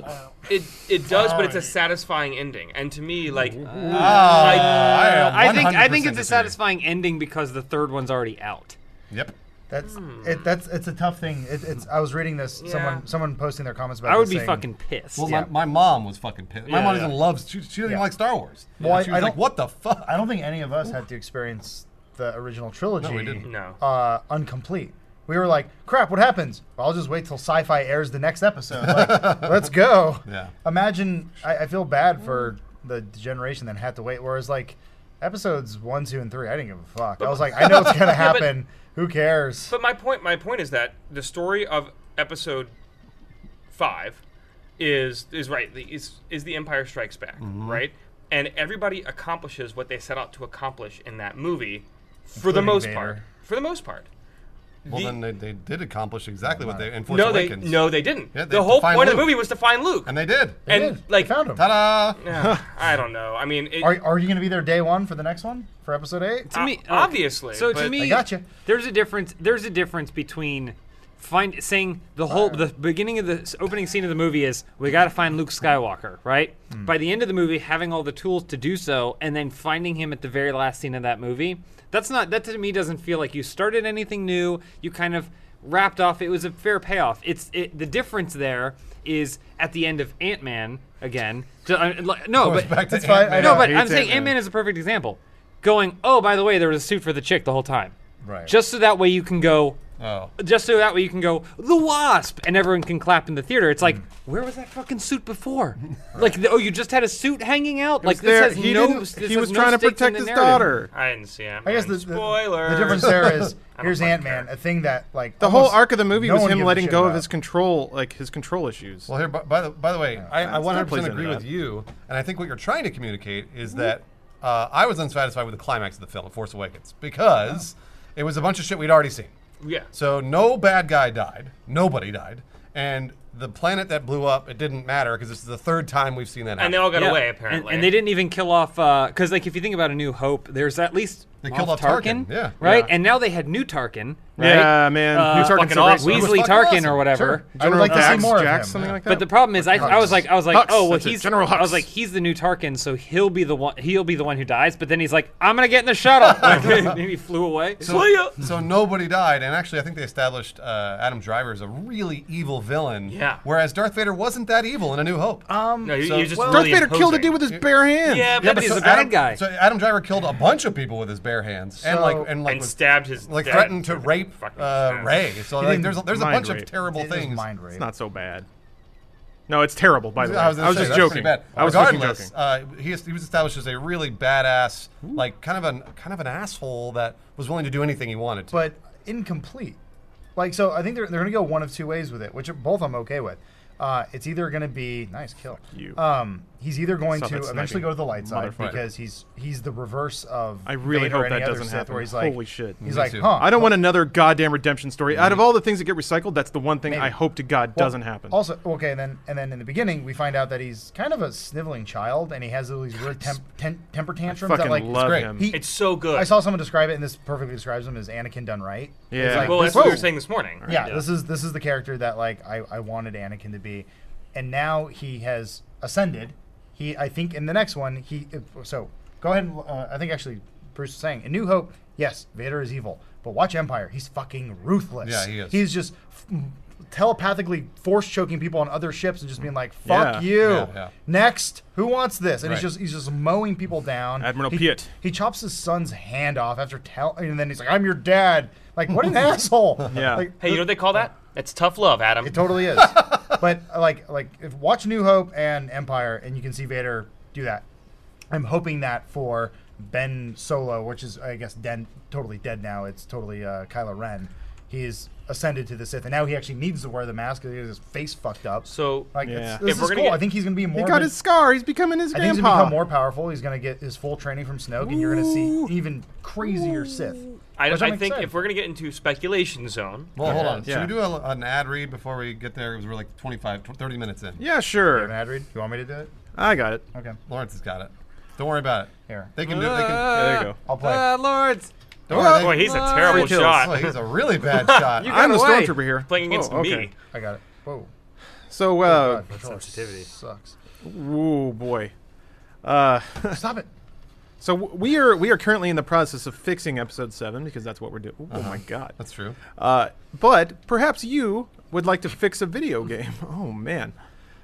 Speaker 3: it it does, but it's a satisfying ending. And to me, like uh,
Speaker 5: I,
Speaker 4: I think I think
Speaker 5: 100%
Speaker 4: it's a
Speaker 5: disagree.
Speaker 4: satisfying ending because the third one's already out.
Speaker 5: Yep.
Speaker 2: That's
Speaker 4: Hmm.
Speaker 2: it. That's it's a tough thing. It, it's I was reading this.
Speaker 3: Yeah.
Speaker 2: Someone someone posting their comments about.
Speaker 4: I would
Speaker 2: this
Speaker 4: be
Speaker 2: saying,
Speaker 4: fucking pissed.
Speaker 5: Well,
Speaker 2: Yeah.
Speaker 5: my, my mom was fucking pissed. My
Speaker 4: Yeah,
Speaker 5: mom
Speaker 4: yeah.
Speaker 5: doesn't love. She, she doesn't even
Speaker 2: Yeah.
Speaker 5: like Star Wars.
Speaker 2: Well, I-
Speaker 5: she
Speaker 2: I
Speaker 5: was like,
Speaker 2: don't-
Speaker 5: "What the fuck?"
Speaker 2: I don't think any of us had to experience the original trilogy.
Speaker 5: didn't.
Speaker 3: No.
Speaker 2: Uh, incomplete. We were like, crap. What happens? Well, I'll just wait till Sci-Fi airs the next episode. Like, let's go.
Speaker 5: Yeah.
Speaker 2: Imagine. I, I feel bad for the generation that had to wait. Whereas like. Episodes one, two, and three. I didn't give a fuck. I was like, I know it's gonna
Speaker 3: but-
Speaker 2: happen. Who cares?
Speaker 3: But my point, my point is that the story of episode five is is right. The, is is the Empire Strikes Back,
Speaker 2: Mm-hmm.
Speaker 3: right? And everybody accomplishes what they set out to accomplish in that movie, for the
Speaker 2: Including
Speaker 3: most
Speaker 2: Vader.
Speaker 3: part. For the most part.
Speaker 5: Well,
Speaker 3: The-
Speaker 5: then they, they did accomplish exactly what they in Force
Speaker 3: no, they
Speaker 5: Awakens.
Speaker 3: no, they didn't.
Speaker 5: Yeah, they-
Speaker 3: the whole
Speaker 5: to find
Speaker 3: point of the
Speaker 5: Luke.
Speaker 3: movie was to find Luke.
Speaker 5: and they did.
Speaker 2: They
Speaker 3: and,
Speaker 2: did. They
Speaker 3: like-
Speaker 2: found him.
Speaker 5: Ta-da!
Speaker 3: Yeah, I don't know. I mean, it,
Speaker 2: Are, are you going to be there day one for the next one for episode eight?
Speaker 4: to me,
Speaker 3: O- Ah, obviously,
Speaker 4: So to
Speaker 3: but-
Speaker 4: me,
Speaker 2: I gotcha.
Speaker 4: There's a difference. There's a difference between find saying the whole the beginning of the s- opening scene of the movie is we got to find Luke Skywalker, right?
Speaker 5: Hmm.
Speaker 4: By the end of the movie, having all the tools to do so, and then finding him at the very last scene of that movie. That's not that to me doesn't feel like you started anything new. You kind of wrapped off. It was a fair payoff. It's it, the difference there is at the end of Ant Man again. to- uh, like- no, but
Speaker 5: Back to
Speaker 2: That's fine, I
Speaker 5: Ant-Man.
Speaker 2: know.
Speaker 4: no, but
Speaker 1: hates
Speaker 4: I'm saying
Speaker 1: Ant-Man.
Speaker 4: Ant Man is a perfect example. Going, oh, by the way, there was a suit for the chick the whole time.
Speaker 2: Right.
Speaker 4: Just so that way you can go.
Speaker 5: Oh.
Speaker 4: Just so that way you can go the wasp, and everyone can clap in the theater. It's like,
Speaker 1: Mm.
Speaker 4: where was that fucking suit before? Like, the, oh, you just had a suit hanging out. like
Speaker 1: There-
Speaker 4: this has
Speaker 1: he,
Speaker 4: no.
Speaker 1: didn't-
Speaker 4: This
Speaker 1: he
Speaker 4: has
Speaker 1: was
Speaker 4: no
Speaker 1: trying to
Speaker 4: stakes in
Speaker 1: protect
Speaker 4: the
Speaker 1: his
Speaker 4: narrative.
Speaker 1: daughter.
Speaker 3: I didn't see Ant-Man.
Speaker 2: I guess the, the,
Speaker 3: spoiler.
Speaker 2: the difference there is
Speaker 3: I don't
Speaker 2: here's
Speaker 3: fucking
Speaker 2: Ant Man,
Speaker 3: care.
Speaker 2: a thing that like
Speaker 1: The whole
Speaker 2: almost
Speaker 1: arc of the movie
Speaker 2: no
Speaker 1: was
Speaker 2: one
Speaker 1: him
Speaker 2: gives a
Speaker 1: letting
Speaker 2: shit
Speaker 1: go of
Speaker 2: about.
Speaker 1: his control, like his control issues.
Speaker 5: Well, here by, by the by the way, I, I
Speaker 1: that plays
Speaker 5: 100%
Speaker 1: into
Speaker 5: agree
Speaker 1: that.
Speaker 5: with you, and I think what you're trying to communicate is that uh, I was unsatisfied with the climax of the film, Force Awakens, because it was a bunch of shit we'd already seen.
Speaker 3: yeah.
Speaker 5: So no bad guy died, nobody died, and the planet that blew up it didn't matter because this is the third time we've seen that happen.
Speaker 3: And they all got
Speaker 4: Yeah.
Speaker 3: away
Speaker 4: And-
Speaker 3: apparently.
Speaker 4: and, they didn't even kill off because, like, if you think about A New Hope, there's at least
Speaker 5: They killed
Speaker 4: Moff
Speaker 5: off Tarkin, yeah.
Speaker 4: right.
Speaker 1: Yeah.
Speaker 4: And now they had new Tarkin, right? Uh,
Speaker 1: Yeah, man. New Tarkin's
Speaker 3: fucking
Speaker 1: so
Speaker 3: awesome.
Speaker 1: racist.
Speaker 5: was
Speaker 4: Weasley
Speaker 5: fucking
Speaker 4: Tarkin
Speaker 5: awesome.
Speaker 4: or whatever.
Speaker 2: I would
Speaker 1: General
Speaker 2: like to see
Speaker 1: Dax,
Speaker 2: more of
Speaker 1: Jax,
Speaker 2: him,
Speaker 1: something
Speaker 2: yeah.
Speaker 1: like that.
Speaker 4: But the problem is, I, I was like, I was like,
Speaker 1: Hux,
Speaker 4: oh well,
Speaker 1: that's it,
Speaker 4: he's
Speaker 1: General
Speaker 4: I was
Speaker 1: Hux.
Speaker 4: like, he's the new Tarkin, so he'll be the one. He'll be the one who dies. But then he's like, I'm gonna get in the shuttle. Maybe he flew away.
Speaker 5: So, so nobody died, and actually, I think they established uh, Adam Driver as a really evil villain.
Speaker 3: Yeah. Oh,
Speaker 5: Whereas Darth Vader wasn't that evil in A New Hope.
Speaker 3: no, you,
Speaker 5: so-
Speaker 3: you just
Speaker 5: Well,
Speaker 1: Darth
Speaker 3: really
Speaker 1: Vader killed a
Speaker 3: imposing.
Speaker 1: dude with his bare hands.
Speaker 3: Yeah, but,
Speaker 5: Yeah, but
Speaker 3: he's
Speaker 4: he's
Speaker 5: so
Speaker 4: a bad
Speaker 5: Adam-
Speaker 4: guy.
Speaker 5: So Adam Driver killed a bunch of people with his bare hands, and like
Speaker 2: So-
Speaker 5: and like
Speaker 3: and
Speaker 5: was-
Speaker 3: stabbed his
Speaker 5: like
Speaker 3: dad
Speaker 5: threatened to
Speaker 3: with a
Speaker 5: rape
Speaker 3: fucking
Speaker 5: uh,
Speaker 3: staff.
Speaker 5: Ray. So like,
Speaker 2: didn't
Speaker 5: there's a, there's a
Speaker 1: mind
Speaker 5: bunch
Speaker 1: rape.
Speaker 5: of terrible
Speaker 2: It was
Speaker 5: things.
Speaker 2: mind rape.
Speaker 1: It's not so bad. No, it's terrible. By the way,
Speaker 5: I was, gonna say,
Speaker 1: just
Speaker 5: that's pretty
Speaker 1: joking.
Speaker 5: bad.
Speaker 1: I was fucking
Speaker 5: Regardless,
Speaker 1: joking.
Speaker 5: Uh, he, is- he was established as a really badass, like kind of an kind of an asshole that was willing to do anything he wanted to.
Speaker 2: but incomplete. Like so, I think they're they're going to go one of two ways with it, which are- both I'm okay with. Uh, it's either going to be nice kill.
Speaker 1: you.
Speaker 2: Um, he's either going
Speaker 1: Saw
Speaker 2: to
Speaker 1: that
Speaker 2: eventually
Speaker 1: sniping
Speaker 2: go to the light side
Speaker 1: motherfucker.
Speaker 2: because he's he's the reverse of
Speaker 1: I really
Speaker 2: Vader or
Speaker 1: hope
Speaker 2: any
Speaker 1: that
Speaker 2: other
Speaker 1: doesn't
Speaker 2: Sith,
Speaker 1: happen.
Speaker 2: Where he's like,
Speaker 1: Holy shit.
Speaker 2: He's
Speaker 5: Me
Speaker 2: like,
Speaker 5: too.
Speaker 2: huh?
Speaker 1: I don't want another goddamn redemption story. Out of all the things that get recycled, that's the one thing I hope to God
Speaker 2: Well,
Speaker 1: doesn't happen.
Speaker 2: Also, okay, and then and then in the beginning, we find out that he's kind of a sniveling child, and he has all these weird temp, ten, temper tantrums.
Speaker 1: fucking
Speaker 2: that, like,
Speaker 1: love
Speaker 5: great.
Speaker 1: him.
Speaker 2: He,
Speaker 3: It's so good.
Speaker 2: I saw someone describe it, and this perfectly describes him as Anakin done right.
Speaker 1: Yeah.
Speaker 2: It's like,
Speaker 3: Well,
Speaker 2: this-
Speaker 3: that's what we
Speaker 2: whoa.
Speaker 3: were saying this morning.
Speaker 2: Yeah, this is this is the character that like I, I wanted Anakin to be, and now he has ascended. He I think in the next one he so go ahead and uh, I think actually Bruce was saying in New Hope yes Vader is evil but watch Empire he's fucking ruthless.
Speaker 5: Yeah, he is.
Speaker 2: He's just f- telepathically force choking people on other ships and just being like fuck
Speaker 1: Yeah.
Speaker 2: you
Speaker 5: Yeah, yeah.
Speaker 2: next who wants this and he's
Speaker 5: Right.
Speaker 2: just he's just mowing people down.
Speaker 1: Admiral
Speaker 2: he,
Speaker 1: Piet.
Speaker 2: He chops his son's hand off after tell and then he's like I'm your dad. Like what an asshole.
Speaker 1: Yeah.
Speaker 2: Like,
Speaker 3: Hey, you know what they call that? That's tough love, Adam.
Speaker 2: it totally is. but like like if watch New Hope and Empire and you can see Vader do that. I'm hoping that for Ben Solo, which is I guess den- totally dead now. It's totally uh, Kylo Ren. He's ascended to the Sith, and now he actually needs to wear the mask because his face fucked up.
Speaker 3: so
Speaker 2: like
Speaker 1: Yeah. If
Speaker 2: it's, this
Speaker 3: we're
Speaker 2: is
Speaker 3: gonna
Speaker 2: cool.
Speaker 3: get-
Speaker 2: I think he's gonna be more.
Speaker 1: he
Speaker 2: of
Speaker 1: got
Speaker 2: an-
Speaker 1: his scar. He's becoming his
Speaker 2: I think he's gonna
Speaker 1: grandpa.
Speaker 2: become more powerful. He's gonna get his full training from Snoke, and you're gonna see even crazier Sith.
Speaker 3: I,
Speaker 2: Which I'm
Speaker 3: I think
Speaker 2: excited
Speaker 3: if we're gonna get into speculation zone,
Speaker 5: Well, hold on.
Speaker 1: Yeah.
Speaker 5: Should we do a, an ad read before we get there? Because we're like 25, tw- 30 minutes in.
Speaker 1: Yeah, sure.
Speaker 2: Ad read. You want me to do it?
Speaker 1: I got it.
Speaker 2: Okay.
Speaker 5: Lawrence has got it. Don't worry about it.
Speaker 2: Here.
Speaker 5: They can do it. They can,
Speaker 1: Yeah, there you go.
Speaker 2: I'll play.
Speaker 4: Uh, Lords.
Speaker 5: don't worry.
Speaker 3: boy,
Speaker 5: they-
Speaker 3: he's a terrible
Speaker 1: kills.
Speaker 5: Oh,
Speaker 3: shot.
Speaker 5: he's a really bad shot.
Speaker 4: You-
Speaker 1: I'm a
Speaker 4: got away.
Speaker 1: stormtrooper here.
Speaker 3: Playing against
Speaker 1: Whoa,
Speaker 3: me.
Speaker 1: Oh, okay.
Speaker 2: I got it. Whoa.
Speaker 1: So, uh,
Speaker 2: God, controller
Speaker 4: sensitivity.
Speaker 2: sucks.
Speaker 1: ooh boy. Uh,
Speaker 2: Stop it.
Speaker 1: so w- we are we are currently in the process of fixing episode seven because that's what we're doing. Oh my god.
Speaker 5: That's true.
Speaker 1: Uh, but perhaps you would like to fix a video game. Oh man.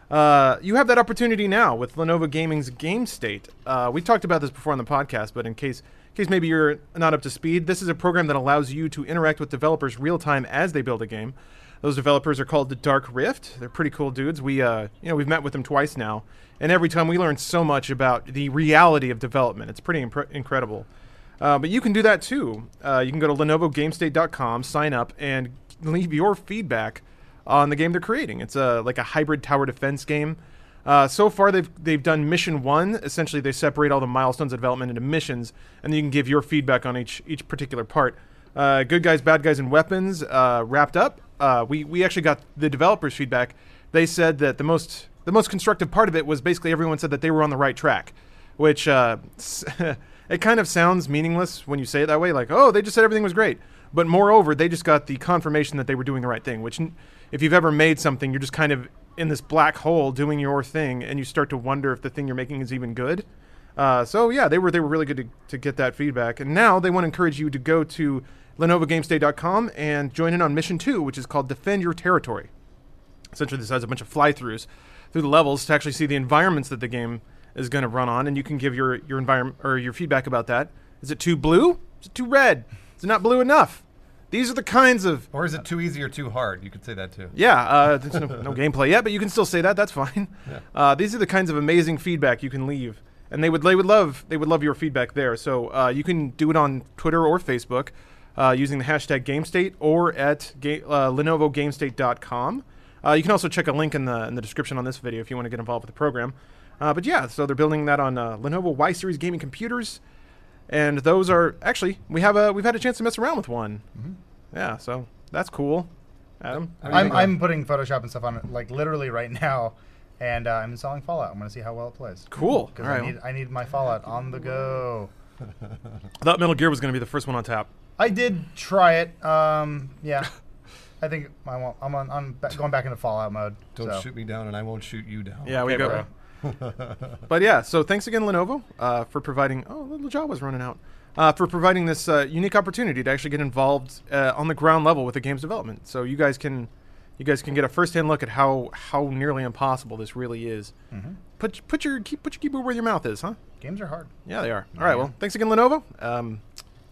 Speaker 1: Uh, you have that opportunity now with Lenovo Gaming's Game State. Uh, we talked about this before on the podcast, but in case in case maybe you're not up to speed, this is a program that allows you to interact with developers real time as they build a game. Those developers are called the Dark Rift. They're pretty cool dudes. We uh, you know we've met with them twice now, and every time we learn so much about the reality of development. It's pretty impre- incredible. Uh, but you can do that too. Uh, you can go to LenovoGameState.com, sign up, and leave your feedback on the game they're creating. It's a like a hybrid tower defense game. Uh, so far, they've they've done mission one. Essentially, they separate all the milestones of development into missions, and then you can give your feedback on each each particular part. Uh, good guys, bad guys, and weapons uh, wrapped up. Uh, we we actually got the developers' feedback. They said that the most the most constructive part of it was basically everyone said that they were on the right track which uh, it kind of sounds meaningless when you say it that way like oh they just said everything was great but moreover they just got the confirmation that they were doing the right thing which n- if you've ever made something you're just kind of in this black hole doing your thing and you start to wonder if the thing you're making is even good uh, so yeah they were they were really good to, to get that feedback and now they want to encourage you to go to lenovogamestay.com and join in on mission two which is called defend your territory essentially this has a bunch of fly-throughs through the levels to actually see the environments that the game is going to run on, and you can give your your environment or your feedback about that. Is it too blue? Is it too red? Is it not blue enough? These are the kinds of
Speaker 5: Or is it too easy or too hard? You could say that too.
Speaker 1: yeah, uh, there's no, no gameplay yet, but you can still say that. That's fine. Uh, these are the kinds of amazing feedback you can leave, and they would they would love they would love your feedback there. So uh, you can do it on Twitter or Facebook uh, using the hashtag GameState or at ga- uh, LenovoGameState.com. Uh, you can also check a link in the in the description on this video if you want to get involved with the program. Uh, but yeah, so they're building that on uh, Lenovo Y Series gaming computers, and those are actually we have a we've had a chance to mess around with one. Yeah, so that's cool, Adam.
Speaker 2: I'm, I'm putting Photoshop and stuff on it, like literally right now, and uh, I'm installing Fallout. I'm gonna see how well it plays.
Speaker 1: Cool. All
Speaker 2: Because
Speaker 1: right.
Speaker 2: I need I need my Fallout on the go.
Speaker 1: I thought Metal Gear was going to be the first one on tap.
Speaker 2: I did try it. Um, yeah, I think I won't, I'm on, I'm ba- going back into Fallout mode.
Speaker 5: Don't
Speaker 2: so.
Speaker 5: shoot me down, and I won't shoot you down.
Speaker 1: Yeah, we
Speaker 3: Okay,
Speaker 1: go. but yeah, so thanks again, Lenovo, uh, for providing. Oh, little Jawa's running out. Uh, for providing this uh, unique opportunity to actually get involved uh, on the ground level with the game's development, so you guys can, you guys can get a first-hand look at how how nearly impossible this really is. Put put your keep put your keyboard where your mouth is, huh?
Speaker 2: Games are hard.
Speaker 1: Yeah, they are. All right, well, thanks again, Lenovo. Um,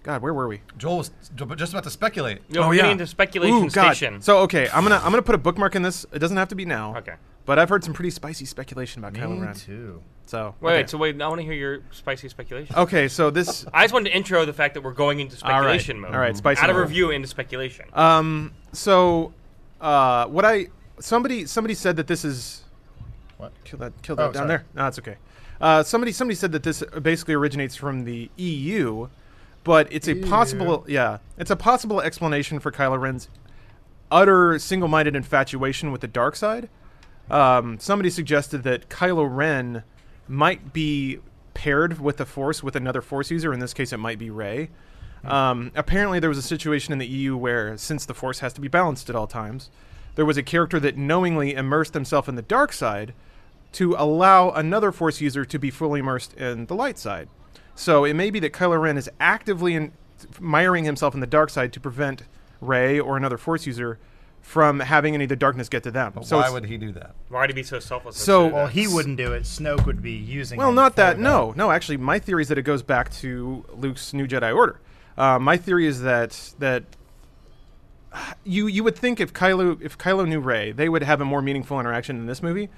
Speaker 1: God, where were we?
Speaker 5: Joel was j- just about to speculate.
Speaker 3: No, we're getting into speculation
Speaker 1: Oh, Ooh, God.
Speaker 3: station.
Speaker 1: So okay, I'm gonna I'm gonna put a bookmark in this. It doesn't have to be now.
Speaker 3: Okay.
Speaker 1: But I've heard some pretty spicy speculation about Kylo
Speaker 2: Me
Speaker 1: Ren.
Speaker 2: too.
Speaker 1: So
Speaker 3: wait,
Speaker 1: okay.
Speaker 3: wait, so wait, I want to hear your spicy speculation.
Speaker 1: okay, so this
Speaker 3: I just wanted to intro the fact that we're going into
Speaker 1: all right,
Speaker 3: speculation mode.
Speaker 1: all right, spicy
Speaker 3: Out of
Speaker 1: mode.
Speaker 3: review into speculation.
Speaker 1: Um, so uh, what I somebody somebody said that this is
Speaker 2: What?
Speaker 1: kill that kill that
Speaker 2: Oh,
Speaker 1: down
Speaker 2: sorry.
Speaker 1: there. No, it's okay. Uh, somebody somebody said that this basically originates from the EU, but it's
Speaker 2: E
Speaker 1: a possible yeah, it's a possible explanation for Kylo Ren's utter single-minded infatuation with the dark side. Um, somebody suggested that Kylo Ren might be paired with the Force with another Force user. In this case, it might be Rey.
Speaker 2: Hmm.
Speaker 1: Um, apparently, there was a situation in the EU where, since the Force has to be balanced at all times, there was a character that knowingly immersed themselves in the dark side to allow another Force user to be fully immersed in the light side. So it may be that Kylo Ren is actively in, miring himself in the dark side to prevent Rey or another Force user from having any of the darkness get to them. so
Speaker 5: Why
Speaker 1: it's-
Speaker 5: would he do that?
Speaker 3: Why to be so selfless? and
Speaker 1: So-
Speaker 3: sad?
Speaker 2: Well, he wouldn't do it. Snoke would be using.
Speaker 1: Well,
Speaker 2: him
Speaker 1: not
Speaker 2: for
Speaker 1: that. No, no. Actually, my theory is that it goes back to Luke's New Jedi Order. Uh, my theory is that that you you would think if Kylo if Kylo knew Rey, they would have a more meaningful interaction in this movie.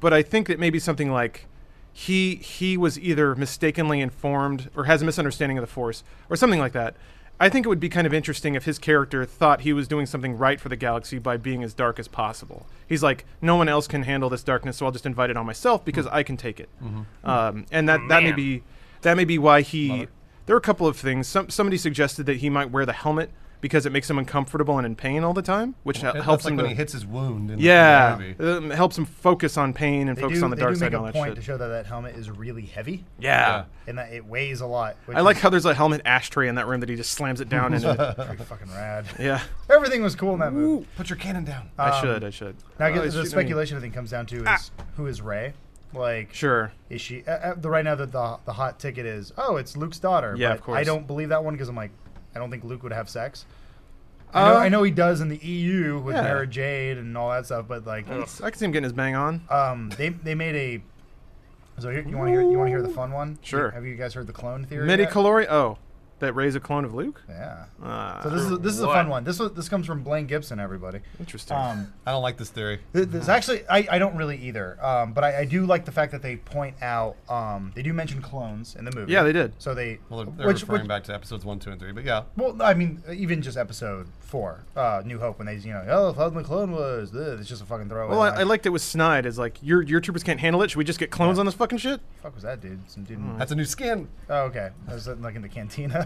Speaker 1: But I think that maybe something like he he was either mistakenly informed or has a misunderstanding of the Force or something like that. I think it would be kind of interesting if his character thought he was doing something right for the galaxy by being as dark as possible. He's like, no one else can handle this darkness, so I'll just invite it on myself because I can take it. Um, and that that may
Speaker 3: Man.
Speaker 1: be that may be why he There are a couple of things. Some, somebody suggested that he might wear the helmet because it makes him uncomfortable and in pain all the time, which he-
Speaker 5: That's
Speaker 1: helps
Speaker 5: like
Speaker 1: him.
Speaker 5: when
Speaker 1: to-
Speaker 5: he hits his wound. In the-
Speaker 1: yeah,
Speaker 5: in the, movie.
Speaker 1: um, helps him focus on pain and
Speaker 2: They
Speaker 1: focus
Speaker 2: do,
Speaker 1: on the
Speaker 2: they
Speaker 1: dark
Speaker 2: do
Speaker 1: side
Speaker 2: make
Speaker 1: and all
Speaker 2: a
Speaker 1: that
Speaker 2: point
Speaker 1: shit.
Speaker 2: to show that that helmet is really heavy
Speaker 1: yeah.
Speaker 2: and that it weighs a lot. Which
Speaker 1: I like
Speaker 2: is
Speaker 1: how there's a helmet ashtray in that room that he just slams it down into.
Speaker 2: pretty fucking rad.
Speaker 1: Yeah,
Speaker 2: Everything was cool in that movie.
Speaker 5: Put your cannon down.
Speaker 1: I should. I should.
Speaker 2: Um, Now, I
Speaker 1: Oh,
Speaker 2: guess
Speaker 1: it's
Speaker 2: the
Speaker 1: shooting me.
Speaker 2: speculation I think comes down to is who is Ray? Like,
Speaker 1: Sure.
Speaker 2: is she? Uh, uh, the right now that the the hot ticket is oh, it's Luke's daughter.
Speaker 1: Yeah,
Speaker 2: but
Speaker 1: of course.
Speaker 2: I don't believe that one because I'm like, I don't think Luke would have sex. I know,
Speaker 1: Uh,
Speaker 2: I know he does in the EU with
Speaker 1: yeah.
Speaker 2: Mara Jade and all that stuff, but like,
Speaker 1: I can see him getting his bang on.
Speaker 2: um, they they made a. So here, you want to hear you want to hear the fun one?
Speaker 1: Sure.
Speaker 2: Have you guys heard the clone theory? yet?
Speaker 1: Medi Calori. Oh, that Ray's a clone of Luke.
Speaker 2: Yeah.
Speaker 1: Ah,
Speaker 2: So this is this is a
Speaker 3: What?
Speaker 2: fun one. This was, this comes from Blaine Gibson, everybody.
Speaker 1: interesting.
Speaker 2: Um,
Speaker 5: I don't like this theory.
Speaker 2: Th- There's actually I, I don't really either, um, but I, I do like the fact that they point out um, they do mention clones in the movie.
Speaker 1: Yeah, they did.
Speaker 2: So they
Speaker 5: Well, they're, they're
Speaker 2: which,
Speaker 5: referring
Speaker 2: which-
Speaker 5: back to episodes one, two, and three. But yeah,
Speaker 1: Mm-hmm.
Speaker 2: Well, I mean, even just episode four, uh, New Hope, when they you know oh how the clone was this. it's just a fucking throwaway.
Speaker 1: well, I,
Speaker 2: line.
Speaker 1: I liked it with Snide. Is like your your troopers can't handle it. Should we just get clones on this fucking shit?
Speaker 2: fuck was that dude? Some dude.
Speaker 5: that's a new skin.
Speaker 2: Oh, okay. I was like in the cantina.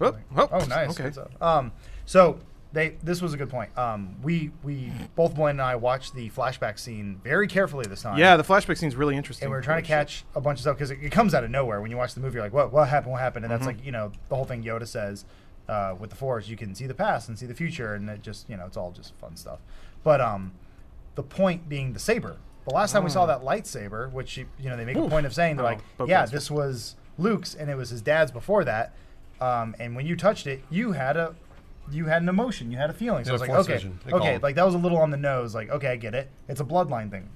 Speaker 1: Oh,
Speaker 2: Oh, nice.
Speaker 1: Okay.
Speaker 2: What's up? Um, so they this was a good point. Um, we we both Blaine and I watched the flashback scene very carefully this time.
Speaker 1: Yeah, the flashback scene's really interesting.
Speaker 2: and we were trying to catch a bunch of stuff because it, it comes out of nowhere when you watch the movie. You're like, what? What happened? What happened? And
Speaker 5: Mm-hmm.
Speaker 2: that's like you know the whole thing Yoda says uh, with the Force. You can see the past and see the future, and it just you know it's all just fun stuff. But um, the point being the saber. The last time we
Speaker 5: Mm.
Speaker 2: saw that lightsaber, which you, you know they make a point of saying they're
Speaker 1: Oh,
Speaker 2: like,
Speaker 1: Bo
Speaker 2: yeah,
Speaker 1: Kenobi.
Speaker 2: this was Luke's and it was his dad's before that. Um, and when you touched it, you had a you had an emotion, you had a feeling. So I
Speaker 5: Yeah,
Speaker 2: was like,
Speaker 5: force
Speaker 2: okay,
Speaker 5: vision, they call
Speaker 2: okay,
Speaker 5: it.
Speaker 2: like that was a little on the nose. Like, okay, I get it. It's a bloodline thing.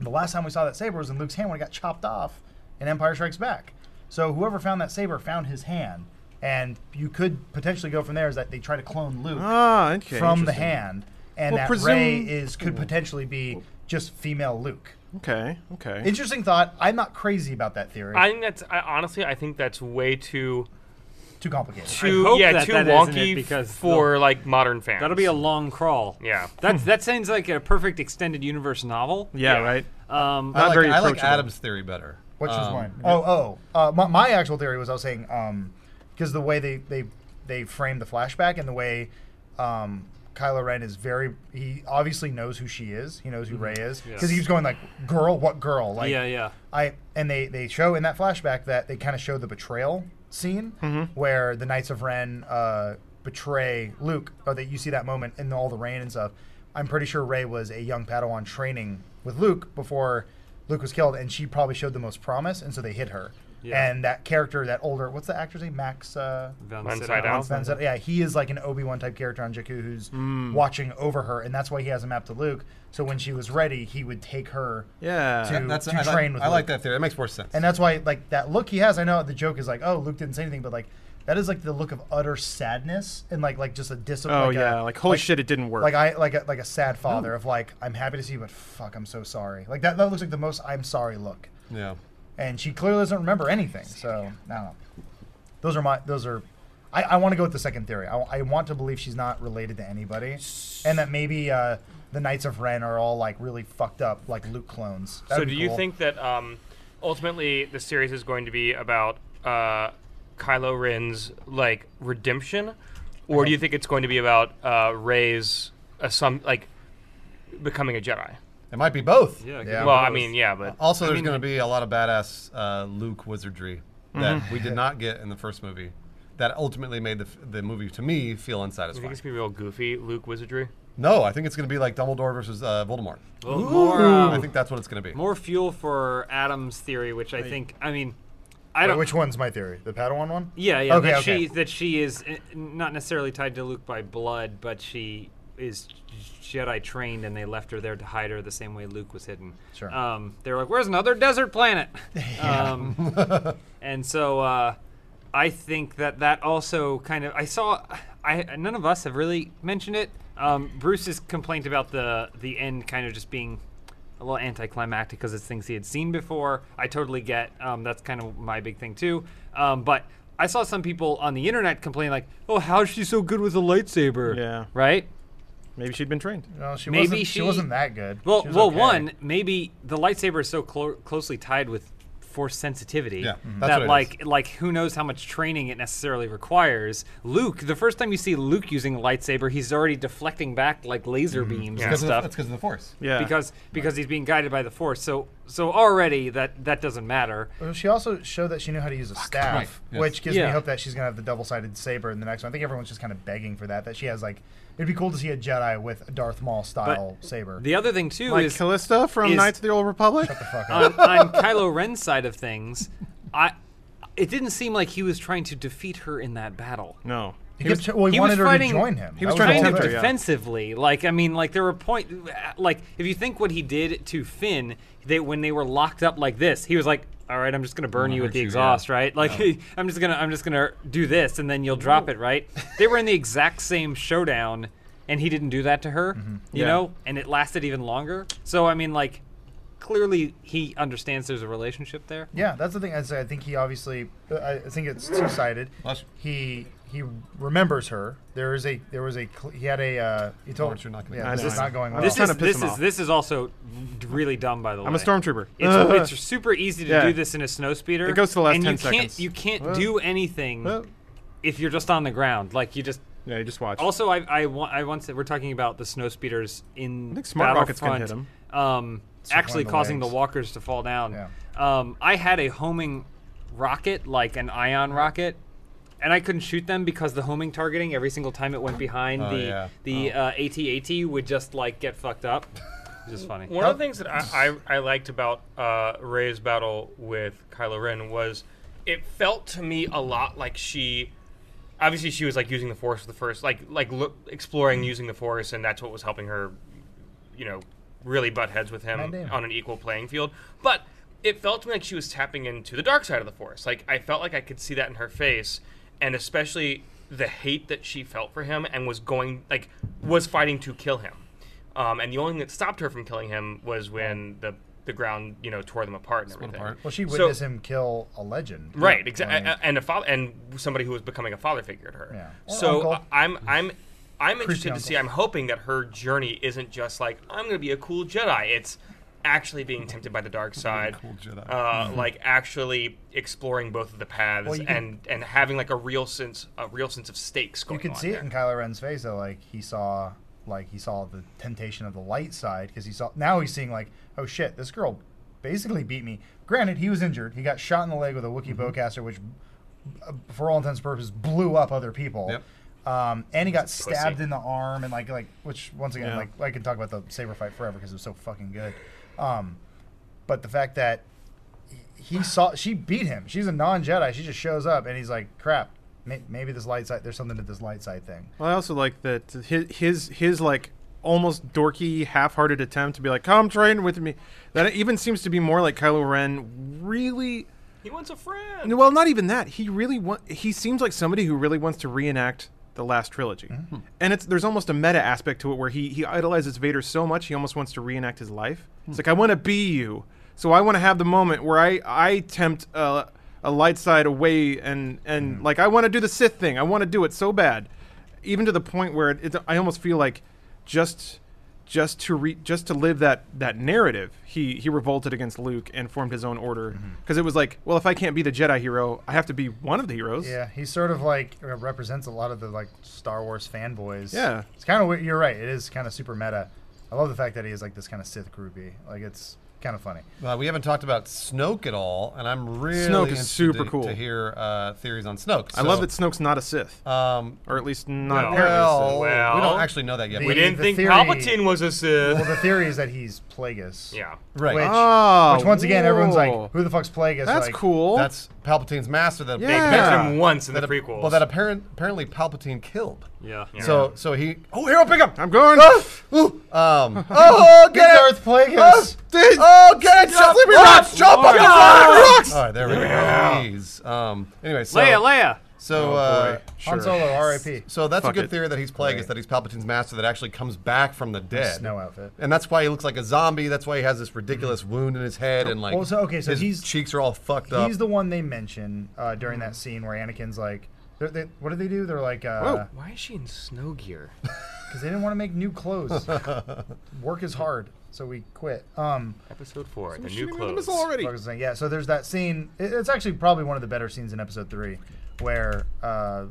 Speaker 2: The last time we saw that saber was in Luke's hand when it got chopped off in Empire Strikes Back. So whoever found that saber found his hand, and you could potentially go from there. Is that they try to clone Luke
Speaker 1: Ah, okay.
Speaker 2: from the
Speaker 1: interesting.
Speaker 2: hand, and
Speaker 1: Well,
Speaker 2: that Ray
Speaker 1: presume-
Speaker 2: is could potentially be just female Luke.
Speaker 1: Okay. Okay.
Speaker 2: Interesting thought. I'm not crazy about that theory.
Speaker 3: I think that's I, honestly I think that's way too
Speaker 2: Too complicated.
Speaker 3: too
Speaker 4: hope
Speaker 3: yeah
Speaker 4: that
Speaker 3: too
Speaker 4: that isn't it
Speaker 3: wonky
Speaker 4: because
Speaker 3: for like modern fans.
Speaker 4: That'll be a long crawl.
Speaker 3: Yeah. Hmm.
Speaker 4: That that sounds like a perfect extended universe novel.
Speaker 1: yeah, Right.
Speaker 4: Um,
Speaker 1: Not
Speaker 5: I like,
Speaker 1: very
Speaker 5: I like
Speaker 1: approachable.
Speaker 5: Adam's theory better.
Speaker 2: Which was
Speaker 5: Um,
Speaker 2: mine. Oh, oh. Uh, my, my actual theory was I was saying because the way they, they they framed the flashback and the way um, Kylo Ren is very he obviously knows who she is. He knows who Rey is because
Speaker 4: Mm-hmm. Yes.
Speaker 2: he keeps going like, "Girl, what girl?" Like,
Speaker 4: yeah, yeah.
Speaker 2: I and they they show in that flashback that they kind of show the betrayal scene
Speaker 4: Mm-hmm.
Speaker 2: where the Knights of Ren uh, betray Luke, or that you see that moment in all the rain and stuff. I'm pretty sure Ray was a young Padawan training with Luke before Luke was killed, and she probably showed the most promise, and so they hit her.
Speaker 4: Yeah.
Speaker 2: And that character, that older, what's the actor's name? Max. Uh,
Speaker 4: Van
Speaker 3: Van
Speaker 4: Sydow.
Speaker 3: Sydow.
Speaker 2: Max Van Sydow. Yeah, he is like an Obi Wan type character on Jakku who's
Speaker 4: Mm.
Speaker 2: watching over her, and that's why he has a map to Luke. So when she was ready, he would take her
Speaker 1: Yeah.
Speaker 2: to,
Speaker 5: That's
Speaker 2: to
Speaker 5: I like-
Speaker 2: train with
Speaker 5: I like
Speaker 2: Luke.
Speaker 5: that theory. It makes more sense.
Speaker 2: And that's why, like, that look he has. I know the joke is like, "Oh, Luke didn't say anything," but like, that is like the look of utter sadness and like, like just a dis.
Speaker 1: oh
Speaker 2: like a-
Speaker 1: yeah. like holy shit, it didn't work.
Speaker 2: Like I like a, like a sad father of like, "I'm happy to see you, but fuck, I'm so sorry." Like that. That looks like the most "I'm sorry" look.
Speaker 5: yeah.
Speaker 2: And she clearly doesn't remember anything. So I don't know. Those are my. Those are. I, I want to go with the second theory. I, I want to believe she's not related to anybody, and that maybe uh, the Knights of Ren are all like really fucked up, like Luke clones. That'd
Speaker 3: so
Speaker 2: be
Speaker 3: do you
Speaker 2: cool.
Speaker 3: think that um, ultimately the series is going to be about uh, Kylo Ren's like redemption, or do you think it's going to be about uh, Rey's uh, some like becoming a Jedi?
Speaker 5: It might be both.
Speaker 4: Yeah,
Speaker 2: Yeah.
Speaker 3: Well, I mean, yeah, but
Speaker 5: Also, there's going to be a lot of badass uh, Luke wizardry that we did not get in the first movie. That ultimately made the, f- the movie to me feel
Speaker 3: I think
Speaker 5: unsatisfying.
Speaker 3: it's gonna be real goofy Luke wizardry.
Speaker 5: No, I think it's going to be like Dumbledore versus uh, Voldemort.
Speaker 4: Well, more, um,
Speaker 5: I think that's what it's going to be.
Speaker 4: more fuel for Adam's theory, which I think. I mean,
Speaker 2: Wait,
Speaker 4: I don't.
Speaker 2: which one's my theory? The Padawan one?
Speaker 4: Yeah, yeah.
Speaker 2: Okay,
Speaker 4: that
Speaker 2: okay.
Speaker 4: she that she is eh, not necessarily tied to Luke by blood, but she is Jedi trained, and they left her there to hide her the same way Luke was hidden.
Speaker 2: Sure.
Speaker 4: Um, they were like, "Where's another desert planet?" Um, and so uh, I think that that also kind of I saw. I none of us have really mentioned it. Um, Bruce's complaint about the the end kind of just being a little anticlimactic because it's things he had seen before. I totally get. Um, that's kind of my big thing too. Um, but I saw some people on the internet complain like, "Oh, how's she so good with a lightsaber?"
Speaker 1: Yeah.
Speaker 4: Right.
Speaker 1: Maybe she'd been trained.
Speaker 2: No, she
Speaker 4: Maybe
Speaker 2: wasn't, she,
Speaker 4: she-
Speaker 2: wasn't that good.
Speaker 4: Well,
Speaker 2: She was
Speaker 4: well,
Speaker 2: okay.
Speaker 4: one maybe the lightsaber is so clo- closely tied with force sensitivity.
Speaker 5: Yeah,
Speaker 2: Mm-hmm.
Speaker 5: mhm. that's what it
Speaker 4: That
Speaker 5: is.
Speaker 4: like like who knows how much training it necessarily requires. Luke, the first time you see Luke using a lightsaber, he's already deflecting back like laser
Speaker 2: Mm-hmm.
Speaker 4: beams and
Speaker 5: That's
Speaker 4: stuff
Speaker 5: because of the force.
Speaker 1: Yeah.
Speaker 4: because because he's being guided by the force. So so already that that doesn't matter.
Speaker 2: Well, She also showed that she knew how to use a staff,
Speaker 5: right, yes.
Speaker 2: which gives me
Speaker 4: Yeah.
Speaker 2: hope that she's gonna have the double-sided saber in the next one. I think everyone's just kind of begging for that. That she has like, it'd be cool to see a Jedi with a Darth Maul style saber.
Speaker 4: The other thing too
Speaker 1: like
Speaker 4: is
Speaker 1: Callista from
Speaker 4: is-
Speaker 1: Knights of the Old Republic.
Speaker 4: on, on Kylo Ren's side of things, I it didn't seem like he was trying to defeat her in that battle.
Speaker 1: no.
Speaker 2: he kept- well, he,
Speaker 4: he was
Speaker 2: wanted her
Speaker 4: fighting-
Speaker 2: to join him.
Speaker 1: he
Speaker 2: That
Speaker 1: was trying
Speaker 2: the
Speaker 1: to
Speaker 2: whole
Speaker 4: kind of
Speaker 1: tempt her,
Speaker 2: thing.
Speaker 1: yeah.
Speaker 4: defensively. Like I mean, like there were point. Like if you think what he did to Finn, they when they were locked up like this, he was like, "All right, I'm just gonna burn you with
Speaker 5: hurt
Speaker 4: the
Speaker 5: you,
Speaker 4: exhaust, right? Like I'm just gonna I'm just gonna do this, and then you'll drop it, right? they were in the exact same showdown, and he didn't do that to her,
Speaker 2: Mm-hmm.
Speaker 4: you
Speaker 1: Yeah.
Speaker 4: know, and it lasted even longer. So I mean, like clearly he understands there's a relationship there.
Speaker 2: Yeah, that's the thing. I say. I think he obviously. I I think it's two-sided.
Speaker 5: Bless you.
Speaker 2: He he remembers her. There is a there was a cl- he had a uh, he told
Speaker 5: Lawrence, you're not gonna
Speaker 2: yeah,
Speaker 5: do
Speaker 2: this
Speaker 1: that.
Speaker 2: is not going well.
Speaker 1: I was
Speaker 4: This
Speaker 1: trying
Speaker 4: is
Speaker 1: to piss
Speaker 4: this
Speaker 1: him
Speaker 4: is
Speaker 1: off.
Speaker 4: this is also really dumb, by the way.
Speaker 1: I'm a stormtrooper.
Speaker 4: It's,
Speaker 1: Uh,
Speaker 4: it's super easy to
Speaker 1: Yeah.
Speaker 4: do this in a snow speeder.
Speaker 1: It goes to the last
Speaker 4: and
Speaker 1: 10
Speaker 4: you can't,
Speaker 1: seconds.
Speaker 4: You can't
Speaker 1: Well.
Speaker 4: do anything
Speaker 1: Well.
Speaker 4: if you're just on the ground. Like you just.
Speaker 1: yeah, you just watch.
Speaker 4: Also, I I, wa- I once we're talking about the snow speeders in
Speaker 1: think smart rockets can hit
Speaker 4: Battlefront, Um,
Speaker 2: one
Speaker 4: actually
Speaker 2: of the
Speaker 4: causing
Speaker 2: legs.
Speaker 4: the walkers to fall down. Um, I had a homing rocket, like an ion rocket. And I couldn't shoot them because the homing targeting every single time it went behind
Speaker 5: Oh,
Speaker 4: the
Speaker 5: yeah.
Speaker 4: the uh, AT-AT would just like get fucked up. It's just funny.
Speaker 3: One of the things that I, I, I liked about uh, Ray's battle with Kylo Ren was it felt to me a lot like she. Obviously, she was like using the Force for the first, like like look, exploring using the Force, and that's what was helping her, you know, really butt heads with
Speaker 2: Matt
Speaker 3: him
Speaker 2: Damon.
Speaker 3: on an equal playing field. But it felt to me like she was tapping into the dark side of the Force. Like I felt like I could see that in her face, and especially the hate that she felt for him and was going like was fighting to kill him. Um, and the only thing that stopped her from killing him was when the the ground, you know, tore them apart and everything.
Speaker 5: apart.
Speaker 2: Well, she
Speaker 3: So-
Speaker 2: witnessed him kill a legend.
Speaker 3: Right,
Speaker 2: Yeah.
Speaker 3: exactly, and a father, and somebody who was becoming a father figure to her.
Speaker 2: Yeah. Or
Speaker 3: So
Speaker 2: uncle.
Speaker 3: I- I'm, I'm, I'm interested to
Speaker 2: uncle.
Speaker 3: see. I'm hoping that her journey isn't just like I'm going to be a cool Jedi. It's actually being tempted by the dark side,
Speaker 5: cool Jedi.
Speaker 3: Uh, like actually exploring both of the paths
Speaker 2: Mm-hmm. Well, you can-
Speaker 3: and and having like a real sense, a real sense of stakes
Speaker 2: You
Speaker 3: going
Speaker 2: could
Speaker 3: on
Speaker 2: see
Speaker 3: there.
Speaker 2: it in Kylo Ren's face though, like he saw, like he saw the temptation of the light side because he saw. Now he's seeing like, oh shit, this girl basically beat me. Granted, he was injured. He got shot in the leg with a
Speaker 3: Mm-hmm.
Speaker 2: Wookiee bowcaster, which, uh, for all intents and purposes, blew up other people.
Speaker 5: Yep.
Speaker 2: Um, and he got
Speaker 3: pussy.
Speaker 2: stabbed in the arm and like like which once again
Speaker 1: Yeah.
Speaker 2: like I could talk about the saber fight forever because it was so fucking good. Um, but the fact that he saw she beat him. She's a non Jedi. She just shows up and he's like, crap. May, maybe this light side. There's something to this light side thing.
Speaker 1: Well, I also like that his his, his like almost dorky, half-hearted attempt to be like, "Come train with me." That even seems to be more like Kylo Ren really.
Speaker 3: He wants a friend.
Speaker 1: Well, not even that. He really want. He seems like somebody who really wants to reenact the last trilogy, and it's there's almost a meta aspect to it where he he idolizes Vader so much he almost wants to reenact his life. It's like I want to be you, so I want to have the moment where I I tempt a, a light side away and and like I want to do the Sith thing. I want to do it so bad, even to the point where it, it, I almost feel like just just to re- just to live that that narrative he he revolted against luke and formed his own order
Speaker 4: Mm-hmm.
Speaker 1: because it was like well if i can't be the jedi hero i have to be one of the heroes
Speaker 2: Yeah, he sort of like re- represents a lot of the like Star Wars fanboys.
Speaker 1: Yeah.
Speaker 2: it's kind of you're right. It is kind of super meta. I love the fact that he is like this kind of Sith groupie. Like it's kind of funny.
Speaker 5: Uh, we haven't talked about Snoke at all, and I'm really
Speaker 1: Snoke is
Speaker 5: interested
Speaker 1: super
Speaker 5: to,
Speaker 1: cool.
Speaker 5: to hear uh, theories on Snoke.
Speaker 1: i love that snoke's not a sith
Speaker 5: Um,
Speaker 1: or at least not apparently a
Speaker 5: well,
Speaker 1: sith.
Speaker 3: Well,
Speaker 5: we don't actually know that yet.
Speaker 2: the-
Speaker 3: we didn't
Speaker 2: the
Speaker 3: think
Speaker 2: theory-
Speaker 3: Palpatine was a Sith.
Speaker 2: Well, the theory is that he's Plagueis.
Speaker 3: yeah.
Speaker 5: right.
Speaker 2: Which,
Speaker 1: Ah,
Speaker 2: which once again, everyone's
Speaker 1: whoa.
Speaker 2: like, who the fuck's Plagueis?
Speaker 1: Oh. that's
Speaker 2: Like,
Speaker 1: cool
Speaker 5: That's Palpatine's master. That
Speaker 1: Yeah.
Speaker 3: Mentioned
Speaker 1: Yeah.
Speaker 3: him once in
Speaker 5: that
Speaker 3: the prequels.
Speaker 5: Well, that apparent, apparently Palpatine killed.
Speaker 4: Yeah.
Speaker 5: So so he. Oh, hero, pick up.
Speaker 1: i'm going
Speaker 2: Ah!
Speaker 5: Ooh. Um.
Speaker 2: Oh, get Darth Plagueis.
Speaker 1: Dude,
Speaker 5: Oh, get it!
Speaker 1: Chop,
Speaker 5: Chop,
Speaker 1: leave me rocks, chop,
Speaker 5: Lord.
Speaker 1: fucking rocks!
Speaker 5: Oh, All right, there we go. Jeez. Um. Anyway, so
Speaker 4: Leia, Leia.
Speaker 5: so
Speaker 1: Oh,
Speaker 5: uh,
Speaker 1: boy.
Speaker 2: Han
Speaker 1: Sure.
Speaker 2: Solo, R.I.P.
Speaker 5: so that's
Speaker 1: Fuck
Speaker 5: a good
Speaker 1: it.
Speaker 5: theory that he's plagued is that he's Palpatine's master that actually comes back from the dead.
Speaker 2: Snow outfit.
Speaker 5: And that's why he looks like a zombie. That's why he has this ridiculous wound in his head and like
Speaker 2: Well, so- okay, so
Speaker 5: his
Speaker 2: he's-
Speaker 5: cheeks are all fucked up.
Speaker 2: He's the one they mention uh, during that scene where Anakin's like, they're, they, what do they do? They're like, uh, because
Speaker 3: Why is she in snow gear?
Speaker 2: they didn't want to make new clothes. Work is hard. so we quit. Um,
Speaker 3: Episode four, the
Speaker 1: Shooting
Speaker 3: new
Speaker 1: me with a
Speaker 3: clothes.
Speaker 1: missile already.
Speaker 2: Fuck was I saying? Yeah, so there's that scene. it- It's actually probably one of the better scenes in episode three, where uh,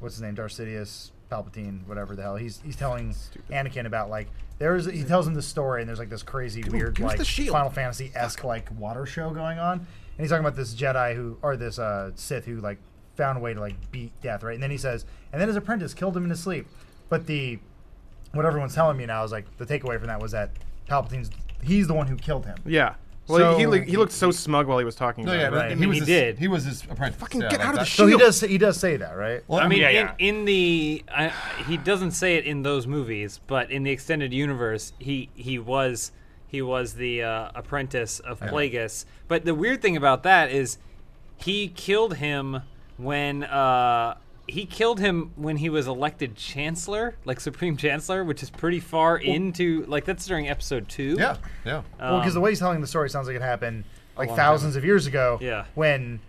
Speaker 2: what's his name, Darth Sidious, Palpatine, whatever the hell. He's he's telling Anakin about like there's he tells him the story and there's like this crazy weird
Speaker 1: give us
Speaker 2: like
Speaker 1: the shield.
Speaker 2: Final Fantasy esque like water show going on, and he's talking about this Jedi who or this uh, Sith who like found a way to like beat death, right? And then he says, and then his apprentice killed him in his sleep, but the what everyone's telling me now is like the takeaway from that was that Palpatine's he's the one who killed him.
Speaker 1: Yeah. Well, he,
Speaker 2: So-
Speaker 1: look- he looked so smug while he was talking.
Speaker 5: No,
Speaker 1: about
Speaker 5: yeah,
Speaker 1: it.
Speaker 5: but
Speaker 2: Right. I
Speaker 5: he,
Speaker 2: mean,
Speaker 5: was
Speaker 4: he
Speaker 5: his,
Speaker 4: did.
Speaker 5: He was his apprentice.
Speaker 1: Fucking
Speaker 5: yeah,
Speaker 1: get
Speaker 5: like
Speaker 1: out of the
Speaker 5: that-
Speaker 1: shit.
Speaker 2: So he
Speaker 1: Shield.
Speaker 2: does. He does say that, right?
Speaker 5: Well,
Speaker 4: I mean,
Speaker 3: Yeah, yeah.
Speaker 4: In, in the I, he doesn't say it in those movies, but in the extended universe, he he was he was the uh, apprentice of Plagueis. But the weird thing about that is, he killed him when uh, he killed him when he was elected chancellor, like supreme chancellor, which is pretty far into like that's during episode two.
Speaker 5: yeah, yeah.
Speaker 4: Uh,
Speaker 2: Well, because the way he's telling the story sounds like it happened like
Speaker 4: um, long time
Speaker 2: thousands of years ago.
Speaker 4: Yeah.
Speaker 2: When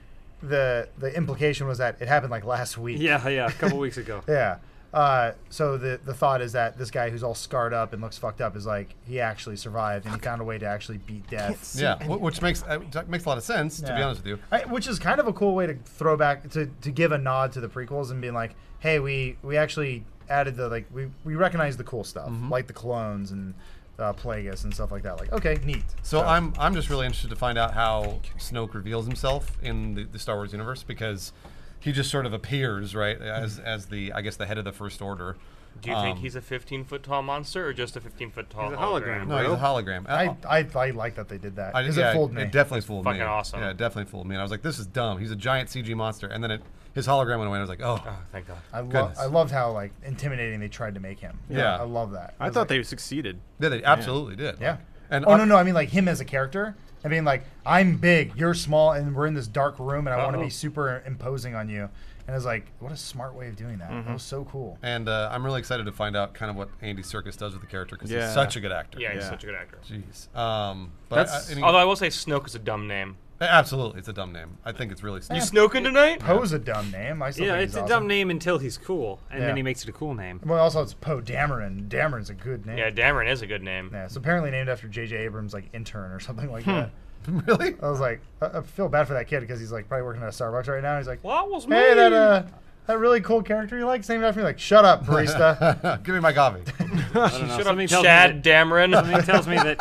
Speaker 2: the the implication was that it happened like last week.
Speaker 4: yeah, yeah. A couple weeks ago.
Speaker 2: Yeah. Uh, so the the thought is that this guy who's all scarred up and looks fucked up is like he actually survived and he found a way to actually beat death.
Speaker 5: yeah, wh- which makes uh, t- makes a lot of sense to be
Speaker 2: Yeah.
Speaker 5: honest with you.
Speaker 2: I, which is kind of a cool way to throw back to, to give a nod to the prequels and being like, hey, we we actually added the like we we recognize the cool stuff
Speaker 4: Mm-hmm.
Speaker 2: like the clones and uh, Plagueis and stuff like that. Like okay, neat.
Speaker 5: So I'm I'm just really interested to find out how Snoke reveals himself in the, the Star Wars universe because he just sort of appears right
Speaker 2: Mm-hmm.
Speaker 5: as as the I guess the head of the First Order.
Speaker 3: Do you think
Speaker 5: Um,
Speaker 3: he's a 15 foot tall monster or just a 15 foot tall
Speaker 4: He's a
Speaker 3: hologram?
Speaker 4: hologram.
Speaker 5: no, he's a hologram. Uh,
Speaker 2: I, I, I like that they did that.
Speaker 5: Oh. I
Speaker 2: Because
Speaker 5: yeah,
Speaker 2: it fooled me.
Speaker 5: It definitely fooled me.
Speaker 3: Fucking awesome.
Speaker 5: Yeah, it definitely fooled me. And I was like, this is dumb. He's a giant CG monster. And then it, his hologram went away. And I was like, oh,
Speaker 3: Oh, thank God.
Speaker 2: I, lo-
Speaker 5: goodness.
Speaker 2: I loved how like intimidating they tried to make him.
Speaker 5: Yeah.
Speaker 2: I love that.
Speaker 1: I
Speaker 2: was
Speaker 1: thought
Speaker 2: like,
Speaker 1: they succeeded.
Speaker 5: yeah, they absolutely did.
Speaker 2: yeah.
Speaker 5: And
Speaker 2: oh
Speaker 5: I-
Speaker 2: no no I mean like him as a character. I mean like I'm big, you're small, and we're in this dark room, and I want to
Speaker 3: Uh-oh.
Speaker 2: be super imposing on you. And it's like, what a smart way of doing that. That was so cool.
Speaker 5: And uh, I'm really excited to find out kind of what Andy Circus does with the character because
Speaker 1: Yeah.
Speaker 5: he's such a good actor.
Speaker 3: Yeah, he's
Speaker 1: Yeah.
Speaker 3: such a good actor.
Speaker 5: Jeez. Um, but
Speaker 1: That's-
Speaker 5: I- I mean,
Speaker 3: Although I will say Snoke is a dumb name.
Speaker 5: absolutely, it's a dumb name. I think it's really stupid.
Speaker 3: Snoken tonight?
Speaker 2: Poe's a dumb name. I still
Speaker 4: Yeah,
Speaker 2: think
Speaker 4: it's
Speaker 2: he's
Speaker 4: a
Speaker 2: awesome.
Speaker 4: dumb name until he's cool, and
Speaker 2: Yeah.
Speaker 4: then he makes it a cool name.
Speaker 2: Well, also it's Poe Dameron. Dameron's a good name.
Speaker 3: Yeah, Dameron is a good name.
Speaker 2: Yeah, it's apparently named after J.J. Abrams' like intern or something like that.
Speaker 5: really?
Speaker 2: I was like, I, I feel bad for that kid because he's like probably working at a Starbucks right now. He's like,
Speaker 3: What was me?
Speaker 2: hey, that uh, that really cool character you like, named after me. Like, shut up, barista.
Speaker 5: Give me my coffee.
Speaker 4: I don't know,
Speaker 3: Shut
Speaker 4: something
Speaker 3: up,
Speaker 4: tells me
Speaker 3: Chad
Speaker 4: that- Something
Speaker 3: Dameron.
Speaker 4: tells me that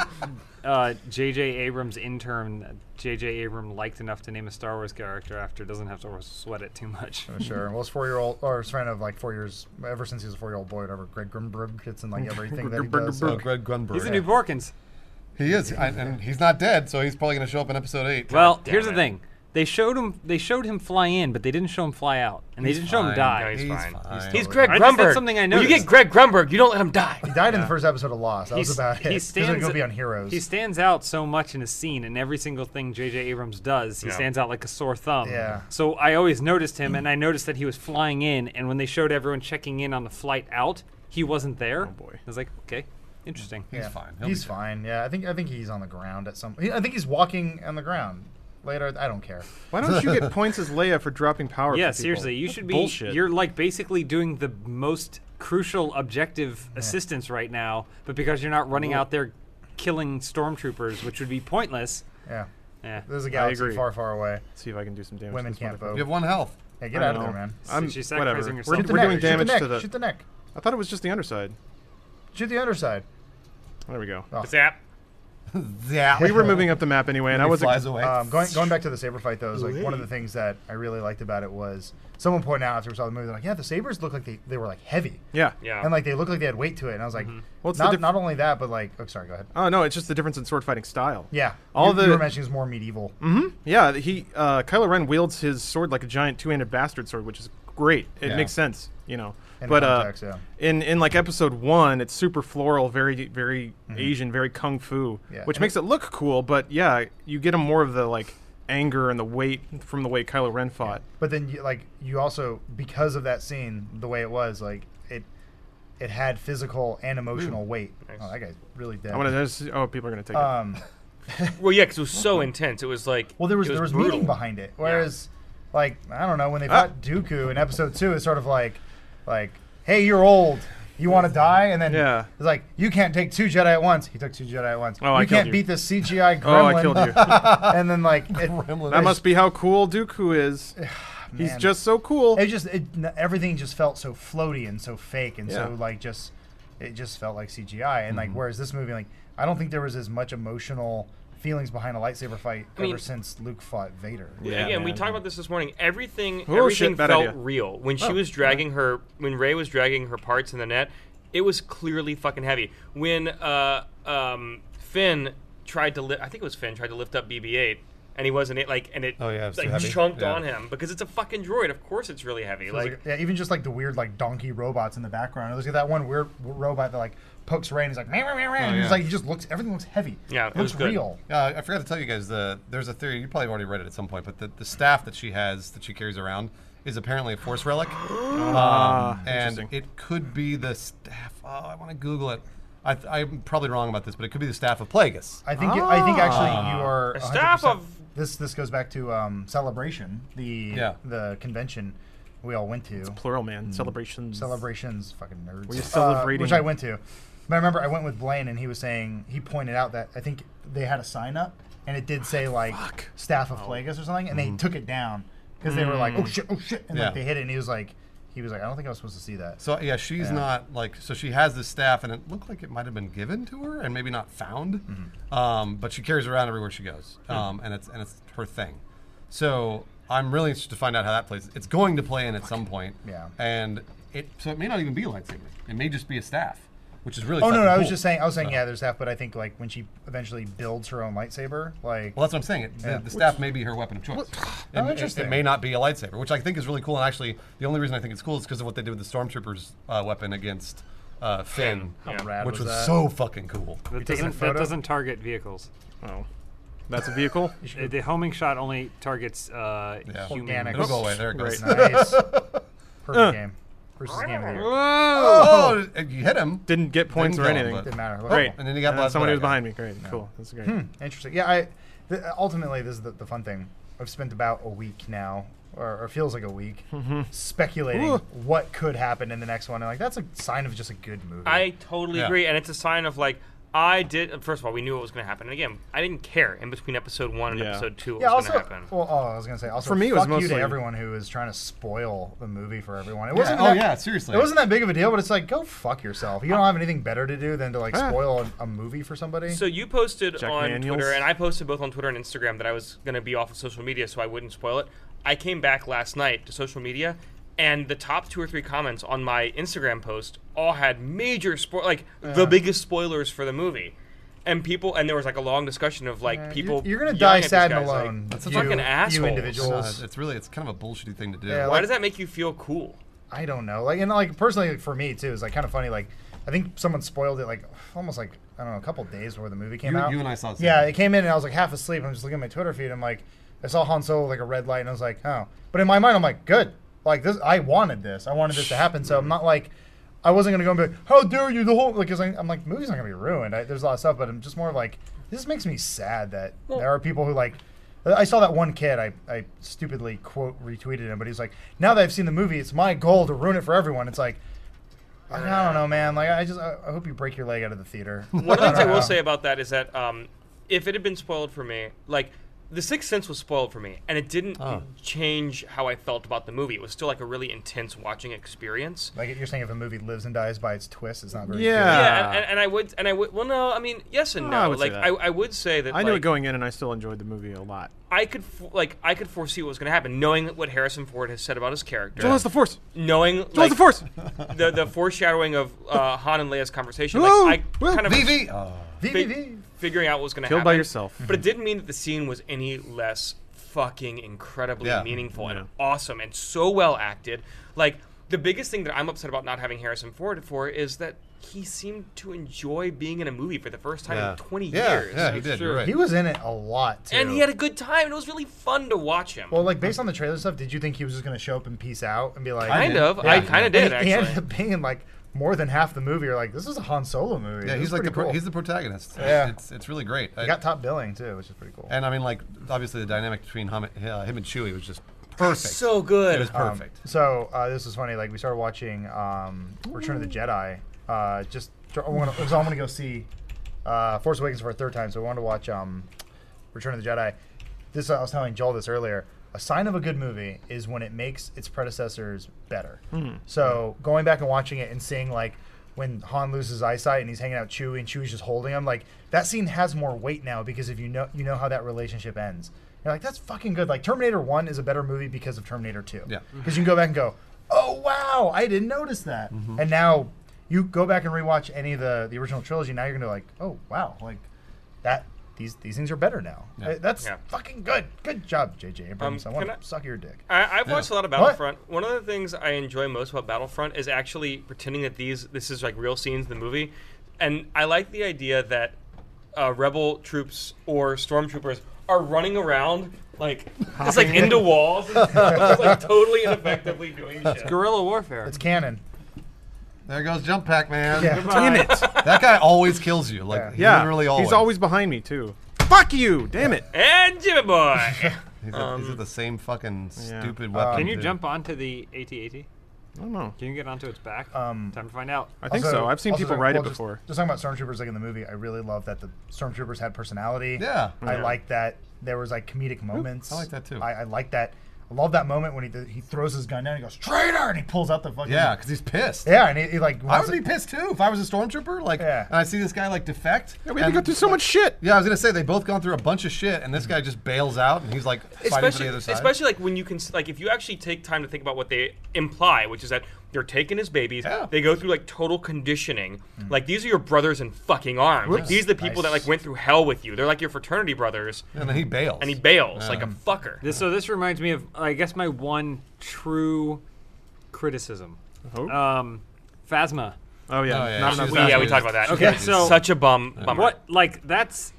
Speaker 4: uh, J.J. Abrams' intern, J.J. Abrams liked enough to name a Star Wars character after doesn't have to sweat it too much.
Speaker 3: Oh,
Speaker 2: sure. Well, his four-year-old or his friend of like four years, ever since he was a four-year-old boy, whatever. Greg Grimberg gets in like everything that he does.
Speaker 5: oh,
Speaker 2: So,
Speaker 5: Greg Grunberg.
Speaker 4: He's a new Porkins.
Speaker 5: He is, I, and he's not dead, so he's probably going to show up in episode eight.
Speaker 4: Well,
Speaker 3: damn
Speaker 4: here's the
Speaker 3: it.
Speaker 4: thing. They showed him. They showed him fly in, but they didn't show him fly out, and they didn't show him
Speaker 5: fine.
Speaker 4: die.
Speaker 3: No, he's,
Speaker 5: He's
Speaker 3: fine.
Speaker 5: fine.
Speaker 3: He's, he's Greg
Speaker 4: I just-
Speaker 3: Grumberg.
Speaker 4: that's something I
Speaker 3: When you get
Speaker 4: noticed.
Speaker 3: Greg Grumberg, you don't let him die.
Speaker 2: he died in the first episode of Lost. That
Speaker 4: He's-
Speaker 2: was about it.
Speaker 4: he
Speaker 2: He was going
Speaker 4: stands-
Speaker 2: to be on Heroes.
Speaker 4: He stands out so much in a scene, and every single thing J.J. Abrams does, he
Speaker 3: Yeah.
Speaker 4: stands out like a sore thumb.
Speaker 2: Yeah.
Speaker 4: So I always noticed him, and I noticed that he was flying in, and when they showed everyone checking in on the flight out, he wasn't there. Oh
Speaker 1: boy.
Speaker 4: I was like, okay, interesting.
Speaker 5: he's
Speaker 2: Yeah.
Speaker 5: fine. He'll
Speaker 2: He's
Speaker 5: be good.
Speaker 2: fine. Yeah, I think I think he's on the ground at some. I think he's walking on the ground later. I don't care.
Speaker 1: Why don't you get points as Leia for dropping power?
Speaker 4: Yeah,
Speaker 1: for people?
Speaker 4: seriously, you
Speaker 1: That's
Speaker 4: should be.
Speaker 1: Bullshit.
Speaker 4: You're like basically doing the most crucial objective assistance right now, but because you're not running out there killing stormtroopers, which would be pointless. eh,
Speaker 2: Yeah,
Speaker 4: Yeah.
Speaker 2: there's a galaxy
Speaker 1: agree.
Speaker 2: far, far away.
Speaker 1: see if I can do some damage.
Speaker 2: Women
Speaker 1: to this
Speaker 2: can't
Speaker 1: motherfucker.
Speaker 2: vote.
Speaker 5: You have one health.
Speaker 2: Yeah, get
Speaker 1: I
Speaker 2: out of
Speaker 1: know.
Speaker 2: there, man.
Speaker 1: I'm,
Speaker 4: She's
Speaker 1: whatever.
Speaker 4: sacrificing
Speaker 1: We're,
Speaker 4: herself.
Speaker 1: we're
Speaker 4: Shoot the
Speaker 1: doing
Speaker 2: Shoot
Speaker 1: damage
Speaker 2: neck,
Speaker 1: to the.
Speaker 2: Shoot the neck.
Speaker 1: I thought it was just the underside.
Speaker 2: Shoot the underside.
Speaker 1: There we go.
Speaker 2: Oh.
Speaker 3: Zap.
Speaker 5: Yeah.
Speaker 1: We were moving up the map anyway, and I
Speaker 5: He
Speaker 1: was
Speaker 5: flies away.
Speaker 2: Um, going going back to the saber fight though, is like one of the things that I really liked about it was someone pointed out after we saw the movie, they're like, yeah, the sabers look like they, they were like heavy,
Speaker 1: Yeah.
Speaker 3: Yeah.
Speaker 2: and like they looked like they had weight to it, and I was like,
Speaker 1: What's the
Speaker 2: not
Speaker 1: diff-
Speaker 2: not only that, but like, oh, sorry, go ahead.
Speaker 1: Oh no, it's just the difference in sword fighting style.
Speaker 2: Yeah,
Speaker 1: All
Speaker 2: you, you
Speaker 1: the- Mm-hmm.
Speaker 2: were mentioning is more medieval.
Speaker 1: Yeah, he uh, Kylo Ren wields his sword like a giant two-handed bastard sword, which is great. It
Speaker 5: Yeah.
Speaker 1: makes sense, you know.
Speaker 2: In
Speaker 1: but
Speaker 2: context,
Speaker 1: uh,
Speaker 2: yeah.
Speaker 1: in in like episode one, it's super floral, very very Asian, very kung fu,
Speaker 2: Mm-hmm. Yeah,
Speaker 1: which
Speaker 2: and
Speaker 1: makes it look cool. But yeah, you get him more of the like anger and the weight from the way Kylo Ren fought.
Speaker 2: But then, you, like, you also because of that scene, the way it was, like it, it had physical and emotional weight. Oh, that guy's really dead.
Speaker 1: I want to just oh, people are gonna take it.
Speaker 2: um,
Speaker 3: Well, yeah, because it was so intense. It was like.
Speaker 2: well, there was,
Speaker 3: it
Speaker 2: there was
Speaker 3: brutal.
Speaker 2: meaning behind it. Whereas,
Speaker 1: Ah.
Speaker 2: like, I don't know, when they fought Dooku in episode two, it's sort of like, like, hey, you're old. you want to die, and then
Speaker 1: Yeah.
Speaker 2: it's like you can't take two Jedi at once. He took two Jedi at once.
Speaker 1: Oh, I
Speaker 2: you can't
Speaker 1: killed you.
Speaker 2: beat this CGI gremlin.
Speaker 1: Oh, I killed you.
Speaker 2: and then like it,
Speaker 1: That must be how cool Dooku is.
Speaker 5: Ah,
Speaker 1: He's
Speaker 2: Man.
Speaker 1: just so cool.
Speaker 2: it just it, n- everything just felt so floaty and so fake and so
Speaker 1: Yeah. Mm-hmm.
Speaker 2: like just it just felt like CGI and like whereas this movie like I don't think there was as much emotional feelings behind a lightsaber fight
Speaker 3: I mean-
Speaker 2: ever since Luke fought Vader.
Speaker 1: Yeah,
Speaker 3: Again, we
Speaker 1: man.
Speaker 3: talked about this this morning. Everything,
Speaker 1: Oh,
Speaker 3: everything
Speaker 1: shit, bad
Speaker 3: felt
Speaker 1: idea.
Speaker 3: real when she was dragging her, when Ray was dragging her parts in the net. It was clearly fucking heavy. When uh, um, Finn tried to, li- I think it was Finn tried to lift up BB-8, and he wasn't it like, and it
Speaker 5: Oh, yeah, it was too
Speaker 3: like
Speaker 5: heavy.
Speaker 3: chunked
Speaker 5: Yeah.
Speaker 3: on him because it's a fucking droid. Of course, it's really heavy.
Speaker 2: It was
Speaker 3: Like,
Speaker 2: like- yeah, even just like the weird like donkey robots in the background. There's like that one weird w- robot that like pokes Ray and he's like, meow, meow, meow, meow," and
Speaker 5: yeah.
Speaker 2: he's like, he just looks, everything looks heavy.
Speaker 3: Oh, Yeah, it
Speaker 2: looks
Speaker 3: was good.
Speaker 2: real.
Speaker 5: Uh, I forgot to tell you guys the there's a theory you probably already read it at some point, but the, the staff that she has that she carries around is apparently a force relic, um, and
Speaker 1: interesting.
Speaker 5: it could be the staff. Oh, I want to Google it. I, th- I'm probably wrong about this, but it could be the staff of Plagueis.
Speaker 2: I think, I think actually you are.
Speaker 3: A Ah. staff
Speaker 2: 100%
Speaker 3: of-
Speaker 2: This, this goes back to um, Celebration, the,
Speaker 5: Yeah.
Speaker 2: the convention we all went to.
Speaker 1: Plural,
Speaker 5: Mm.
Speaker 1: man. Celebrations.
Speaker 2: celebrations, fucking nerds.
Speaker 1: Were you
Speaker 2: Uh,
Speaker 1: celebrating?
Speaker 2: which I went to. But I remember I went with Blaine and he was saying he pointed out that I think they had a sign up and it did say like staff of
Speaker 5: Oh.
Speaker 2: Plagueis or something and they took it down because they were like oh shit oh shit and
Speaker 5: Mm-hmm. Mm. Yeah.
Speaker 2: like they hit it and he was like he was like I don't think I was supposed to see that.
Speaker 5: So yeah, she's not like so she has this staff, and it looked like it might have been given to her and maybe not found.
Speaker 2: Mm-hmm.
Speaker 5: Um, but she carries it around everywhere she goes,
Speaker 2: Hmm.
Speaker 5: um, and it's and it's her thing. So I'm really interested to find out how that plays. It's going to play in at some point.
Speaker 2: Yeah.
Speaker 5: And it so it may not even be a lightsaber. It may just be a staff, which is really
Speaker 2: oh no, no
Speaker 5: fucking
Speaker 2: I was
Speaker 5: cool.
Speaker 2: just saying I was saying yeah there's staff but I think like when she eventually builds her own lightsaber like
Speaker 5: Well, that's what I'm saying. It, the, the staff may be her weapon of choice. It-
Speaker 2: Oh,
Speaker 5: it- It,
Speaker 2: interesting.
Speaker 5: may not be a lightsaber, which I think is really cool. And actually, the only reason I think it's cool is because of what they did with the stormtrooper's uh, weapon against uh, Finn,
Speaker 3: yeah.
Speaker 2: rad
Speaker 5: which was,
Speaker 2: that? uh,
Speaker 5: so fucking cool.
Speaker 2: taking a
Speaker 4: That doesn't, that
Speaker 2: photo?
Speaker 4: doesn't target vehicles.
Speaker 1: Oh. That's a vehicle?
Speaker 4: Uh, The homing shot only targets uh,
Speaker 5: Yeah.
Speaker 4: human.
Speaker 2: Organic.
Speaker 5: It'll go away. There it goes.
Speaker 1: Right.
Speaker 2: nice perfect game versus game of the year
Speaker 5: Oh, uh, you hit him.
Speaker 1: Didn't get points
Speaker 5: Didn't
Speaker 1: or
Speaker 5: kill him,
Speaker 1: anything.
Speaker 5: but-
Speaker 2: didn't matter
Speaker 1: Great.
Speaker 5: And then he got
Speaker 1: Uh,
Speaker 5: blasted Hmm.
Speaker 1: Somebody
Speaker 5: by
Speaker 1: was
Speaker 5: that guy.
Speaker 1: behind me. Great. Cool. That's great.
Speaker 2: Interesting. Yeah, I th- ultimately this is the, the fun thing. I've spent about a week now, or, or feels like a week, speculating
Speaker 1: Mm-hmm. Ooh.
Speaker 2: what could happen in the next one, and like that's a sign of just a good movie.
Speaker 3: I totally
Speaker 5: Yeah.
Speaker 3: agree, and it's a sign of like. I did. First of all, we knew what was going to happen. And again, I didn't care in between episode one and
Speaker 1: Yeah.
Speaker 3: episode two what
Speaker 2: yeah.
Speaker 3: was
Speaker 2: Also,
Speaker 3: going to happen.
Speaker 2: well, oh, I was gonna say also
Speaker 1: For me, it
Speaker 2: fuck
Speaker 1: was
Speaker 2: you
Speaker 1: mostly-
Speaker 2: to everyone who is trying to spoil the movie for everyone. It
Speaker 5: Yeah.
Speaker 2: wasn't.
Speaker 5: Oh
Speaker 2: that,
Speaker 5: yeah, seriously.
Speaker 2: It wasn't that big of a deal, but it's like go fuck yourself. You don't have anything better to do than to like
Speaker 1: Yeah.
Speaker 2: spoil a, a movie for somebody.
Speaker 3: So you posted
Speaker 1: Jack
Speaker 3: on
Speaker 1: Daniels.
Speaker 3: Twitter, and I posted both on Twitter and Instagram that I was going to be off of social media, so I wouldn't spoil it. I came back last night to social media, and the top two or three comments on my Instagram post all had major spoil, like the biggest spoilers for the movie. And people, and there was like a long discussion of like people.
Speaker 2: you're, you're gonna
Speaker 3: yelling
Speaker 2: die
Speaker 3: at these
Speaker 2: sad and
Speaker 3: guys, like,
Speaker 2: alone.
Speaker 3: That's
Speaker 2: you,
Speaker 3: fucking asshole.
Speaker 2: You
Speaker 5: No,
Speaker 2: individuals.
Speaker 5: Uh, it's- it's really it's kind of a bullshitty thing to do.
Speaker 2: Yeah,
Speaker 3: Why
Speaker 2: like-
Speaker 3: does that make you feel cool?
Speaker 2: I don't know. Like and like personally like, for me too, it's like kind of funny. Like I think someone spoiled it like almost like I don't know a couple days before the movie came
Speaker 5: You-
Speaker 2: out.
Speaker 5: you and I saw the
Speaker 2: Yeah,
Speaker 5: same.
Speaker 2: it came in and I was like half asleep. I'm just looking at my Twitter feed. I'm like, I saw Han Solo like a red light, and I was like, oh. But in my mind, I'm like, good. Like this, I wanted this. I wanted this to happen. So I'm not like. I wasn't gonna go and be like, "How dare you!" The whole like, 'cause I- I'm like, "Movie's not gonna be ruined." I, there's a lot of stuff, but I'm just more of like, this makes me sad that there are people who like. I saw that one kid. I, I stupidly quote retweeted him, but he's like, "Now that I've seen the movie, it's my goal to ruin it for everyone." It's like, I don't know, man. Like, I just I, I hope you break your leg out of the theater.
Speaker 3: One of the things I will say about that is that um, if it had been spoiled for me, like The Sixth Sense was spoiled for me, and it didn't change how I felt about the movie. It was still like a really intense watching experience.
Speaker 2: Like you're saying, if a movie lives and dies by its twist, it's not very.
Speaker 1: Yeah.
Speaker 2: good.
Speaker 3: yeah, and, and, and I would, and I would. Well, no, I mean, yes and
Speaker 1: Oh,
Speaker 3: no.
Speaker 1: Ah. I would say
Speaker 3: like,
Speaker 1: that.
Speaker 3: I, I would say that
Speaker 1: I knew
Speaker 3: like,
Speaker 1: it going in, and I still enjoyed the movie a lot.
Speaker 3: I could, f- like, I could foresee what was going to happen, knowing what Harrison Ford has said about his character,
Speaker 1: Joel has the Force.
Speaker 3: knowing
Speaker 1: Joel has
Speaker 3: like,
Speaker 1: the Force.
Speaker 3: the the foreshadowing of uh, Han and Leia's conversation.
Speaker 1: Whoa,
Speaker 3: like, I
Speaker 1: whoa,
Speaker 3: kind of
Speaker 5: VV. Oh,
Speaker 2: V, V, V.
Speaker 3: figuring out what was going to happen.
Speaker 1: Killed by yourself.
Speaker 3: But it didn't mean that the scene was any less fucking incredibly
Speaker 5: Yeah.
Speaker 3: meaningful and awesome and so well acted. Like the biggest thing that I'm upset about not having Harrison Ford for is that he seemed to enjoy being in a movie for the first time
Speaker 5: yeah.
Speaker 3: in 20
Speaker 5: yeah,
Speaker 3: years.
Speaker 5: Yeah, he did. You're right.
Speaker 2: He was in it a lot too.
Speaker 3: And he had a good time and it was really fun to watch him.
Speaker 2: well, like based on the trailer stuff, did you think he was just gonna show up and peace out and be like?
Speaker 3: kind
Speaker 5: did.
Speaker 3: of.
Speaker 5: Yeah.
Speaker 3: I kind
Speaker 2: And
Speaker 3: of did
Speaker 2: he,
Speaker 3: actually.
Speaker 2: he ended up being like more than half the movie. You're like, this is a Han Solo movie.
Speaker 5: yeah,
Speaker 2: This
Speaker 5: he's
Speaker 2: is
Speaker 5: like the
Speaker 2: pretty
Speaker 5: pro-
Speaker 2: cool.
Speaker 5: he's the protagonist.
Speaker 2: Yeah.
Speaker 5: It's it's really great. I-
Speaker 2: He got top billing too, which is pretty cool.
Speaker 5: and I mean, like obviously the dynamic between him, uh, him and Chewie was just perfect.
Speaker 3: so
Speaker 5: it
Speaker 3: good.
Speaker 5: was perfect.
Speaker 2: So uh, this is funny. Like we started watching um, Return of the Jedi uh, just I want to I want to go see uh, Force Awakens for a third time, so I wanted to watch um, Return of the Jedi. This uh, I was telling Joel this earlier. A sign of a good movie is when it makes its predecessors better.
Speaker 5: Hmm.
Speaker 2: So going back and watching it and seeing like when Han loses eyesight and he's hanging out with Chewie and Chewie's just holding him, like that scene has more weight now because if you know you know how that relationship ends. You're like that's fucking good. Like Terminator One is a better movie because of Terminator Two.
Speaker 5: Yeah.
Speaker 2: Because you can go back and go, oh wow, I didn't notice that. And now you go back and rewatch any of the the original trilogy. Now you're gonna be like, oh wow, like that. These these things are better now. Uh, That's
Speaker 3: Yeah.
Speaker 2: fucking good. Good job, JJ Abrams.
Speaker 3: Um,
Speaker 2: I want
Speaker 3: can I-
Speaker 2: to suck your dick.
Speaker 3: I, I've watched a lot of
Speaker 2: What?
Speaker 3: Battlefront. One of the things I enjoy most about Battlefront is actually pretending that these this is like real scenes in the movie, and I like the idea that uh, rebel troops or stormtroopers are running around like it's like into walls, and stuff, just, like totally ineffectively doing shit.
Speaker 4: Guerrilla warfare.
Speaker 2: It's canon.
Speaker 5: There goes Jump Pack, man.
Speaker 2: Yeah.
Speaker 1: Damn it.
Speaker 5: That guy always kills you. Like,
Speaker 1: Yeah.
Speaker 5: literally always.
Speaker 1: He's always behind me, too. Fuck you. Damn it.
Speaker 3: And Jimmy boy.
Speaker 5: He's, at, he's at the same fucking
Speaker 1: yeah.
Speaker 5: stupid weapon.
Speaker 4: Can you
Speaker 5: too.
Speaker 4: jump onto the AT-AT?
Speaker 1: I don't know.
Speaker 4: Can you get onto its back?
Speaker 2: Um,
Speaker 4: Time to find out.
Speaker 1: I think
Speaker 2: Also-
Speaker 1: so. I've seen
Speaker 2: also
Speaker 1: people
Speaker 2: talking-
Speaker 1: write
Speaker 2: well,
Speaker 1: it
Speaker 2: just-
Speaker 1: before.
Speaker 2: Just, talking about stormtroopers, like in the movie, I really love that the stormtroopers had personality.
Speaker 5: Yeah.
Speaker 2: I like that there was like comedic moments.
Speaker 5: I like that too.
Speaker 2: I, I like that. I love that moment when he th- he throws his gun down. and He goes traitor, and he pulls out the fucking
Speaker 5: Yeah, because he's pissed.
Speaker 2: yeah, and he, he like
Speaker 5: I
Speaker 2: wants
Speaker 5: would be
Speaker 2: it-
Speaker 5: pissed too if I was a stormtrooper. Like,
Speaker 2: Yeah.
Speaker 5: and I see this guy like defect.
Speaker 1: Yeah, we had to go
Speaker 5: and-
Speaker 1: through so much shit.
Speaker 5: Yeah, I was gonna say they both gone through a bunch of shit, and this guy just bails out, and he's like fighting for
Speaker 3: especially
Speaker 5: the other side.
Speaker 3: especially like when you can s- like if you actually take time to think about what they imply which is that they're taken as babies
Speaker 5: Yeah.
Speaker 3: they go through like total conditioning
Speaker 4: Mm.
Speaker 3: like these are your brothers in fucking arms like,
Speaker 5: Whoops.
Speaker 3: these are the people that
Speaker 2: Nice.
Speaker 3: like went through hell with you they're like your fraternity brothers
Speaker 5: and then he bails.
Speaker 3: and he bails like a fucker
Speaker 4: Um, This, so this reminds me of, I guess, my one true criticism.
Speaker 1: Oh.
Speaker 4: Um, Phasma.
Speaker 1: Oh, yeah.
Speaker 5: Oh, yeah,
Speaker 1: Not
Speaker 5: she's
Speaker 1: enough.
Speaker 3: We- yeah we
Speaker 5: Phasma.
Speaker 3: talked about that
Speaker 4: Okay, so- uh,
Speaker 3: such a bum bummer
Speaker 4: What? Like that's.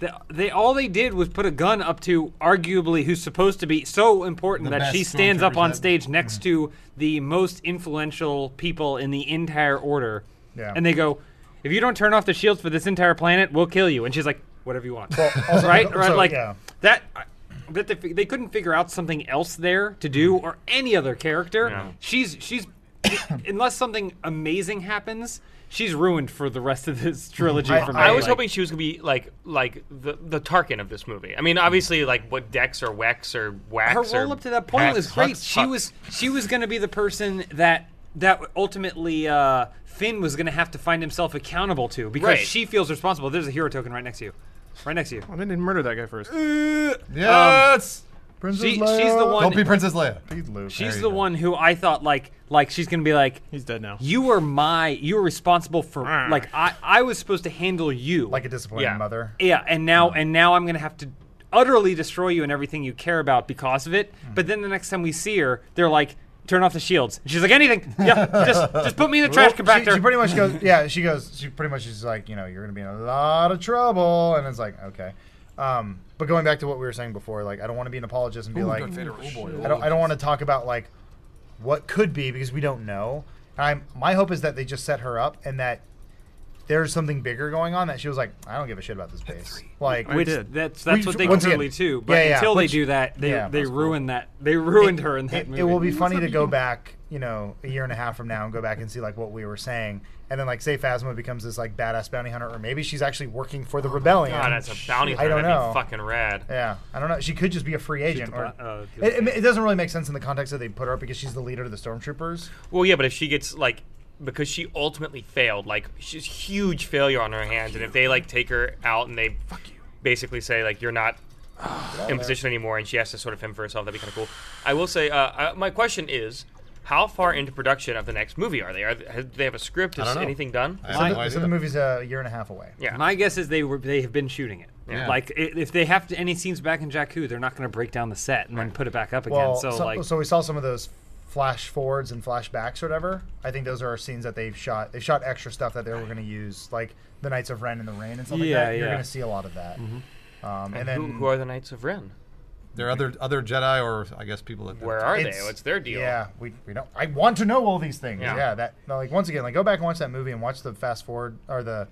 Speaker 4: They, they all they did was put a gun up to arguably who's supposed to be so important
Speaker 5: The
Speaker 4: that she
Speaker 5: best
Speaker 4: stands up
Speaker 5: stormtroopers
Speaker 4: on
Speaker 5: that-
Speaker 4: stage next to the most influential people in the entire order.
Speaker 2: Yeah.
Speaker 4: And they go, if you don't turn off the shields for this entire planet, we'll kill you. And she's like, whatever you want.
Speaker 2: also-
Speaker 4: right? right?
Speaker 2: also,
Speaker 4: like
Speaker 2: yeah.
Speaker 4: that. I- That they, fi- they couldn't figure out something else there to do or any other character. She's she's unless something amazing happens, she's ruined for the rest of this trilogy.
Speaker 2: I-
Speaker 4: for me.
Speaker 3: I was
Speaker 4: Like,
Speaker 3: hoping she was gonna be like like the the Tarkin of this movie. I mean, obviously, like what Dex or Wex or Wax.
Speaker 4: her
Speaker 3: or
Speaker 4: role up to that point
Speaker 3: Hex,
Speaker 4: was great.
Speaker 3: Hux,
Speaker 4: She
Speaker 3: Hux.
Speaker 4: was she was going to be the person that that ultimately uh, Finn was going to have to find himself accountable to because
Speaker 3: Right.
Speaker 4: she feels responsible. There's a hero token right next to you, right next to you.
Speaker 1: I didn't murder that guy first.
Speaker 3: Um,
Speaker 5: yes.
Speaker 2: Princess
Speaker 4: She, she's the one.
Speaker 5: Don't be Princess Leia.
Speaker 2: He's Luke.
Speaker 4: She's
Speaker 2: There
Speaker 4: the
Speaker 2: you go.
Speaker 4: one who I thought like like she's gonna be like
Speaker 1: He's dead now.
Speaker 4: you were my you were responsible for
Speaker 1: Ah.
Speaker 4: like I I was supposed to handle you
Speaker 2: like a disappointed
Speaker 3: Yeah.
Speaker 2: mother.
Speaker 4: yeah and now
Speaker 2: Mm.
Speaker 4: and now I'm gonna have to utterly destroy you and everything you care about because of it
Speaker 2: Mm.
Speaker 4: but then the next time we see her they're like turn off the shields and she's like anything yeah just just put me in the trash
Speaker 2: She,
Speaker 4: compactor
Speaker 2: she pretty much goes, yeah. She goes, she pretty much is like, you know, you're gonna be in a lot of trouble, and it's like, okay. Um, but going back to what we were saying before, like, I don't want to be an apologist and be like, I don't, I don't want to talk about like what could be because we don't know. And I'm, my hope is that they just set her up and that there's something bigger going on that she was like, I don't give a shit about this base. Like,
Speaker 1: I
Speaker 4: which
Speaker 1: did.
Speaker 4: that's that's
Speaker 2: We-
Speaker 4: what they
Speaker 2: once
Speaker 4: clearly
Speaker 2: again-
Speaker 4: do but
Speaker 2: yeah, yeah,
Speaker 4: until
Speaker 2: which-
Speaker 4: they do that they
Speaker 2: yeah,
Speaker 4: they
Speaker 2: that's
Speaker 4: ruined that they ruined her in that
Speaker 2: it,
Speaker 4: movie
Speaker 2: it will be funny to go back, you know, a year and a half from now and go back and see like what we were saying, and then like say Phasma becomes this like badass bounty hunter, or maybe she's actually working for the rebellion.
Speaker 3: Oh God, that's a bounty
Speaker 2: I
Speaker 3: hunter.
Speaker 2: don't
Speaker 3: That'd
Speaker 2: know.
Speaker 3: be fucking rad.
Speaker 2: yeah, I don't know. She could just be a free agent.
Speaker 4: the
Speaker 2: Or,
Speaker 4: bo- uh,
Speaker 2: it, it, it doesn't really make sense in the context that they put her up because she's the leader of the stormtroopers.
Speaker 3: Well, yeah, but if she gets like because she ultimately failed, like she's huge failure on her hands, and if they like take her out and they basically say like you're not in position anymore, and she has to sort of fend for herself, that'd be kind of cool. I will say, uh, I, my question is, how far into production of the next movie are they? Are they, do they have a script? Is
Speaker 5: don't know.
Speaker 3: anything done?
Speaker 5: I have no
Speaker 2: so the
Speaker 5: idea.
Speaker 2: movie's a year and a half away.
Speaker 3: Yeah.
Speaker 4: My guess is they were they have been shooting it.
Speaker 5: Yeah.
Speaker 4: Like i- if they have to, any scenes back in Jakku, they're not going to break down the set and then put it back up again.
Speaker 2: Well,
Speaker 4: so, like,
Speaker 2: so we saw some of those flash forwards and flashbacks or whatever. I think those are scenes that they've shot. They shot extra stuff that they were going to use, like the Knights of Ren and the Rain and stuff
Speaker 4: Yeah,
Speaker 2: like that. You're
Speaker 4: yeah. Mm-hmm.
Speaker 2: going to see a lot of that. Um, and then
Speaker 3: who, who are the Knights of Ren?
Speaker 5: There are other other Jedi, or I guess people that
Speaker 3: Where are they?
Speaker 2: It's-
Speaker 3: What's their deal?
Speaker 2: Yeah, we, we don't. I want to know all these things.
Speaker 3: Yeah.
Speaker 2: Yeah, that no, like once again, like go back and watch that movie and watch the fast forward or the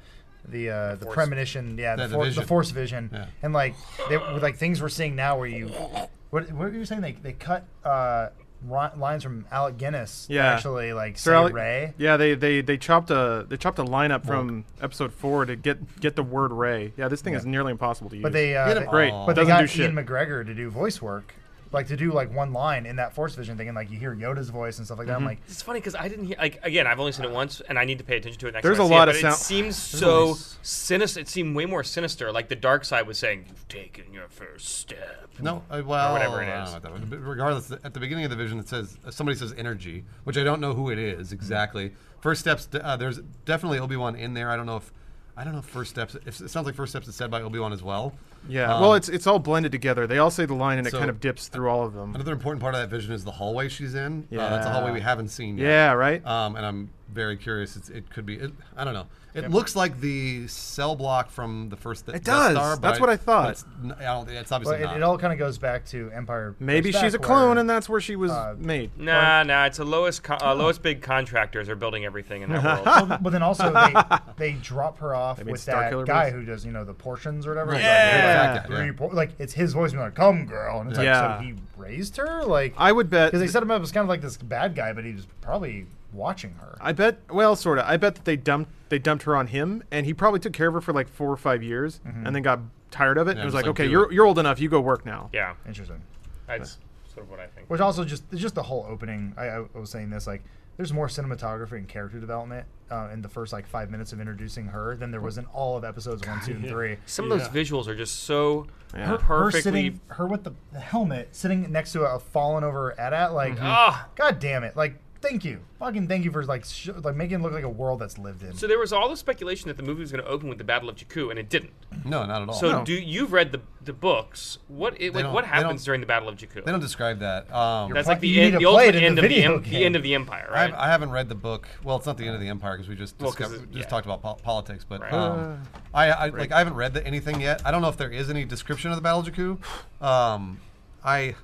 Speaker 2: the uh, the,
Speaker 3: Force.
Speaker 2: premonition. Yeah, the,
Speaker 5: The
Speaker 2: for, the
Speaker 5: vision.
Speaker 2: force vision.
Speaker 5: Yeah.
Speaker 2: And like they like things we're seeing now where you what what were you saying? They they cut uh, ri- lines from Alec Guinness that
Speaker 1: Yeah.
Speaker 2: actually like
Speaker 1: Sir
Speaker 2: say
Speaker 1: Alec-
Speaker 2: Ray.
Speaker 1: Yeah, they, they, they chopped a they chopped a lineup from episode four to get get the word Ray. Yeah, this thing is nearly impossible to use.
Speaker 2: But they, uh,
Speaker 5: Get
Speaker 2: they
Speaker 5: him
Speaker 1: Great.
Speaker 5: all.
Speaker 2: but they
Speaker 1: Doesn't
Speaker 2: got
Speaker 1: do shit.
Speaker 2: Ian McGregor to do voice work, like to do like one line in that Force Vision thing, and like you hear Yoda's voice and stuff like that.
Speaker 1: Mm-hmm.
Speaker 2: I'm like,
Speaker 3: It's funny because I didn't hear. Like again, I've only seen it once, and I need to pay attention to it next.
Speaker 1: There's
Speaker 3: time I
Speaker 1: a
Speaker 3: see
Speaker 1: lot
Speaker 3: it,
Speaker 1: of
Speaker 3: but
Speaker 1: sound-
Speaker 3: It seems so
Speaker 5: noise.
Speaker 3: sinister. It seemed way more sinister. Like the dark side was saying, "You've taken your first step."
Speaker 5: No, uh, well,
Speaker 3: whatever it
Speaker 5: I don't
Speaker 3: is.
Speaker 5: know about that one. But regardless, at the beginning of the vision, it says uh, somebody says energy, which I don't know who it
Speaker 3: Mm-hmm.
Speaker 5: is exactly. First steps, d- uh, there's definitely Obi Wan in there. I don't know if, I don't know if first steps. If, it sounds like first steps is said by Obi Wan as well.
Speaker 1: yeah,
Speaker 5: Um,
Speaker 1: well, it's it's all blended together. They all say the line, and it
Speaker 5: so-
Speaker 1: kind of dips through all of them.
Speaker 5: Another important part of that vision is the hallway she's in. Yeah, that's a hallway we haven't seen yet.
Speaker 1: Yeah, right.
Speaker 5: Um, and I'm very curious. It's, it could be. It, I don't know. It looks like the cell block from the first. Th-
Speaker 1: It
Speaker 5: Death
Speaker 1: does.
Speaker 5: Star, but
Speaker 1: That's what I
Speaker 5: but
Speaker 1: thought.
Speaker 5: It's, n- I don't. It's obviously
Speaker 2: well, it,
Speaker 5: not.
Speaker 2: it all kind of goes back to Empire.
Speaker 1: Maybe she's a clone, and that's where she was
Speaker 2: uh,
Speaker 1: made.
Speaker 3: Nah, nah. It's the lowest, co- uh, lowest big contractors are building everything in that world.
Speaker 2: Well, but then also they, they drop her off
Speaker 1: made
Speaker 2: with
Speaker 1: Star
Speaker 2: that
Speaker 1: Killer
Speaker 2: guy
Speaker 1: Beast?
Speaker 2: who does you know the portions or whatever. It's
Speaker 1: Yeah.
Speaker 2: Like,
Speaker 5: Yeah.
Speaker 2: three por- like it's his voice being like, "Come, girl," and it's like,
Speaker 1: Yeah.
Speaker 2: so he raised her. Like
Speaker 1: I would bet.
Speaker 2: because they set him up as kind of like this bad guy, but he was probably watching her.
Speaker 1: I bet. Well, sort of. I bet that they dumped they dumped her on him, and he probably took care of her for like four or five years, and then got tired of it. and
Speaker 5: Yeah,
Speaker 1: was
Speaker 5: just
Speaker 1: like,
Speaker 5: like,
Speaker 1: okay,
Speaker 5: do
Speaker 1: you're
Speaker 5: it."
Speaker 1: you're old enough. You go work now.
Speaker 3: yeah,
Speaker 2: Interesting.
Speaker 3: that's sort of what I think.
Speaker 2: Which also just it's just the whole opening. I, I was saying this like there's more cinematography and character development uh, in the first like five minutes of introducing her than there was in all of episodes one, two, and three.
Speaker 3: Some of those visuals are just so
Speaker 1: Yeah.
Speaker 2: Her
Speaker 3: perfectly.
Speaker 2: sitting, her with the, the helmet sitting next to a fallen over at like,
Speaker 1: Mm-hmm.
Speaker 3: Ah.
Speaker 2: god damn it! Like, thank you, fucking thank you for like, sh- like making it look like a world that's lived in.
Speaker 3: So there was all the speculation that the movie was going to open with the Battle of Jakku, and it didn't.
Speaker 5: no, not at all.
Speaker 3: So do you've read the the books? What it, like,
Speaker 5: don't-
Speaker 3: what
Speaker 5: they
Speaker 3: happens
Speaker 5: don't-
Speaker 3: during the Battle of Jakku?
Speaker 5: they don't describe that. Um,
Speaker 3: That's
Speaker 2: Why-
Speaker 3: like
Speaker 2: you
Speaker 3: the
Speaker 2: need
Speaker 3: end,
Speaker 2: to
Speaker 3: the
Speaker 2: play
Speaker 3: ultimate
Speaker 2: it in
Speaker 3: end
Speaker 2: the
Speaker 3: of the
Speaker 2: video
Speaker 3: em- the
Speaker 2: game.
Speaker 3: end of the empire,
Speaker 5: I,
Speaker 3: right?
Speaker 5: have, I haven't read the book. Well, it's not the end of the empire because we just
Speaker 3: Well, 'cause
Speaker 5: discovered,
Speaker 3: it-
Speaker 5: just
Speaker 3: yeah.
Speaker 5: talked about pol- politics. But
Speaker 3: Right. Uh,
Speaker 5: um, I, I like I haven't read the, anything yet. I don't know if there is any description of the Battle of Jakku. Um, I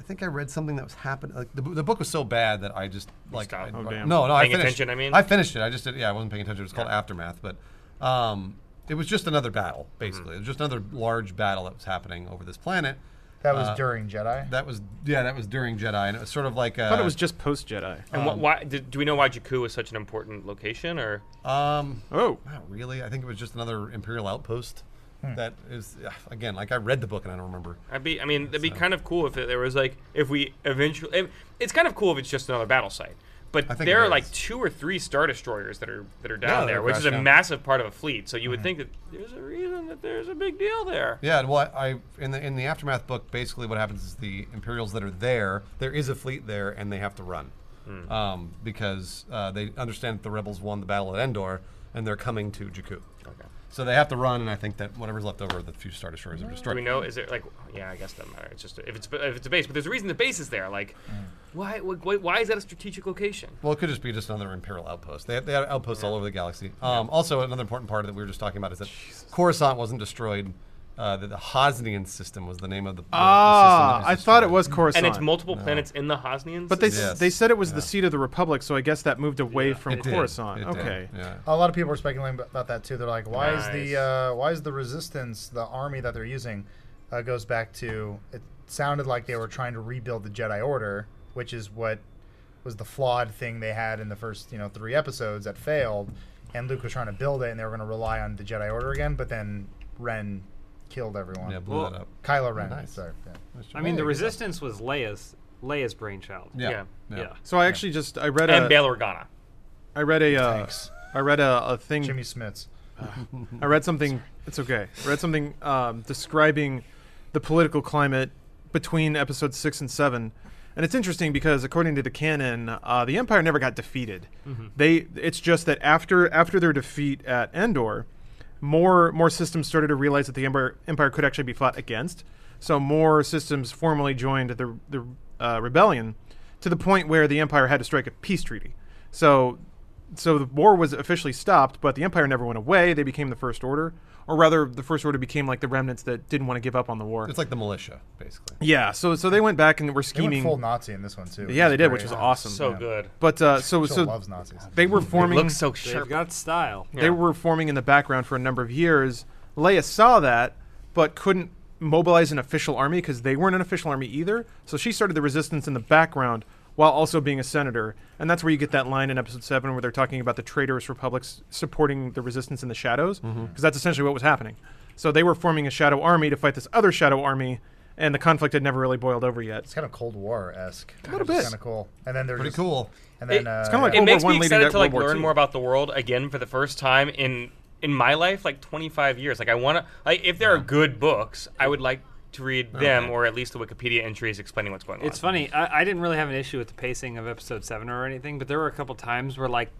Speaker 5: I think I read something that was happening. Like the, b- the book was so bad that I just like
Speaker 3: stopped.
Speaker 5: I,
Speaker 3: Oh,
Speaker 1: damn.
Speaker 5: no no I
Speaker 3: Paying
Speaker 5: finished
Speaker 3: attention, I mean?
Speaker 5: I finished it. I just did yeah I wasn't paying attention. It was called Aftermath, but um, it was just another battle
Speaker 3: Mm-hmm.
Speaker 5: basically. It was just another large battle that was happening over this planet.
Speaker 2: that was
Speaker 5: uh,
Speaker 2: during Jedi.
Speaker 5: That was yeah that was during Jedi and it was sort of like uh,
Speaker 1: I thought it was just post Jedi.
Speaker 3: and wh- why did, do we know why Jakku is such an important location? Or
Speaker 5: um
Speaker 1: Oh,
Speaker 5: Not really. I think it was just another Imperial outpost. That is, ugh, again, like I read the book and I don't remember.
Speaker 3: I'd be, I mean, that'd be kind of cool if it, there was like if we eventually. if- it's kind of cool if it's just another battle site. But
Speaker 5: think it
Speaker 3: there are like
Speaker 5: is.
Speaker 3: two or three star destroyers that are that are
Speaker 5: Yeah,
Speaker 3: down
Speaker 5: they're
Speaker 3: there, which is a
Speaker 5: crashed down.
Speaker 3: massive part of a fleet. So you would think that there's a reason that there's a big deal there.
Speaker 5: Yeah, and well, I, I in the in the aftermath book, basically what happens is the Imperials that are there, there is a fleet there, and they have to run um, because uh, they understand that the rebels won the battle at Endor and they're coming to Jakku. Okay. So they have to run, and I think that whatever's left over, the few star destroyers are
Speaker 3: Do
Speaker 5: destroyed.
Speaker 3: we know? Is it like? Yeah, I guess doesn't matter. It's just if it's if it's a base, but there's a reason the base is there. Like, why why, why is that a strategic location?
Speaker 5: Well, it could just be just another Imperial outpost. They have, they have outposts all over the galaxy. Um, Also, another important part that we were just talking about is that Coruscant wasn't destroyed. Uh, that the Hosnian system was the name of the. the- the system
Speaker 1: ah,
Speaker 5: that was
Speaker 1: I thought it
Speaker 5: destroyed.
Speaker 1: was Coruscant.
Speaker 3: And it's multiple planets in the Hosnians.
Speaker 1: but they
Speaker 3: system?
Speaker 1: s
Speaker 5: Yes.
Speaker 1: they said it was the seat of the Republic, so I guess that moved away from
Speaker 5: It did.
Speaker 1: Coruscant.
Speaker 5: It did.
Speaker 1: okay.
Speaker 5: Yeah.
Speaker 2: a lot of people are speculating ab- about that too. They're like, why is
Speaker 3: Nice.
Speaker 2: the uh, why is the resistance the army that they're using uh, goes back to? It sounded like they were trying to rebuild the Jedi Order, which is what was the flawed thing they had in the first you know three episodes that failed, and Luke was trying to build it, and they were going to rely on the Jedi Order again. But then Ren killed everyone.
Speaker 5: Yeah, blew
Speaker 4: Well-
Speaker 5: that up.
Speaker 2: Kylo Ren.
Speaker 5: Nice.
Speaker 2: Sorry. Yeah.
Speaker 4: I mean, the
Speaker 5: Yeah.
Speaker 4: resistance was Leia's Leia's brainchild.
Speaker 3: Yeah.
Speaker 5: Yeah.
Speaker 4: yeah.
Speaker 1: So I actually just I read
Speaker 3: and
Speaker 1: a
Speaker 3: Bail Organa.
Speaker 1: I read a uh,
Speaker 2: Thanks.
Speaker 1: I read a, a thing
Speaker 2: Jimmy Smits.
Speaker 1: I read something. It's okay. I read something um, describing the political climate between episodes six and seven, and it's interesting because according to the canon, uh, the Empire never got defeated. They. It's just that after after their defeat at Endor, more more systems started to realize that the Empire Empire could actually be fought against. So more systems formally joined the the uh, rebellion, to the point where the Empire had to strike a peace treaty. So so the war was officially stopped, but the Empire never went away. They became the First Order, or rather, the First Order became like the remnants that didn't want to give up on the war.
Speaker 5: It's like the militia, basically.
Speaker 1: yeah, so so they went back and were
Speaker 2: They went
Speaker 1: scheming.
Speaker 2: full Nazi in this one too.
Speaker 1: yeah, they did, which
Speaker 2: great.
Speaker 1: was awesome.
Speaker 3: So good.
Speaker 1: but uh, so so
Speaker 2: Still loves Nazis.
Speaker 1: they were forming.
Speaker 3: Looks so
Speaker 4: They've
Speaker 3: sharp.
Speaker 4: got style.
Speaker 1: They were forming in the background for a number of years. Leia saw that, but couldn't mobilize an official army because they weren't an official army either. So she started the resistance in the background while also being a senator. And that's where you get that line in episode 7 where they're talking about the traitorous republics supporting the resistance in the shadows because that's essentially what was happening. So they were forming a shadow army to fight this other shadow army and the conflict had never really boiled over yet.
Speaker 2: It's kind of Cold War esque. A
Speaker 1: little bit.
Speaker 2: Kind of cool. And then they're
Speaker 5: Pretty
Speaker 2: just-
Speaker 5: cool.
Speaker 2: And then
Speaker 3: It-
Speaker 2: uh,
Speaker 3: it's
Speaker 1: kinda like-
Speaker 3: it
Speaker 1: World
Speaker 3: makes
Speaker 1: War
Speaker 3: me
Speaker 1: One leading
Speaker 3: excited
Speaker 1: to
Speaker 3: to like
Speaker 1: World War
Speaker 3: learn
Speaker 1: Two.
Speaker 3: more about the world again for the first time in in my life, like 25 years. Like I want to, like if there are good books, I would like to read them or at least the Wikipedia entries explaining what's going on.
Speaker 4: It's funny. I, I didn't really have an issue with the pacing of episode seven or anything, but there were a couple times where like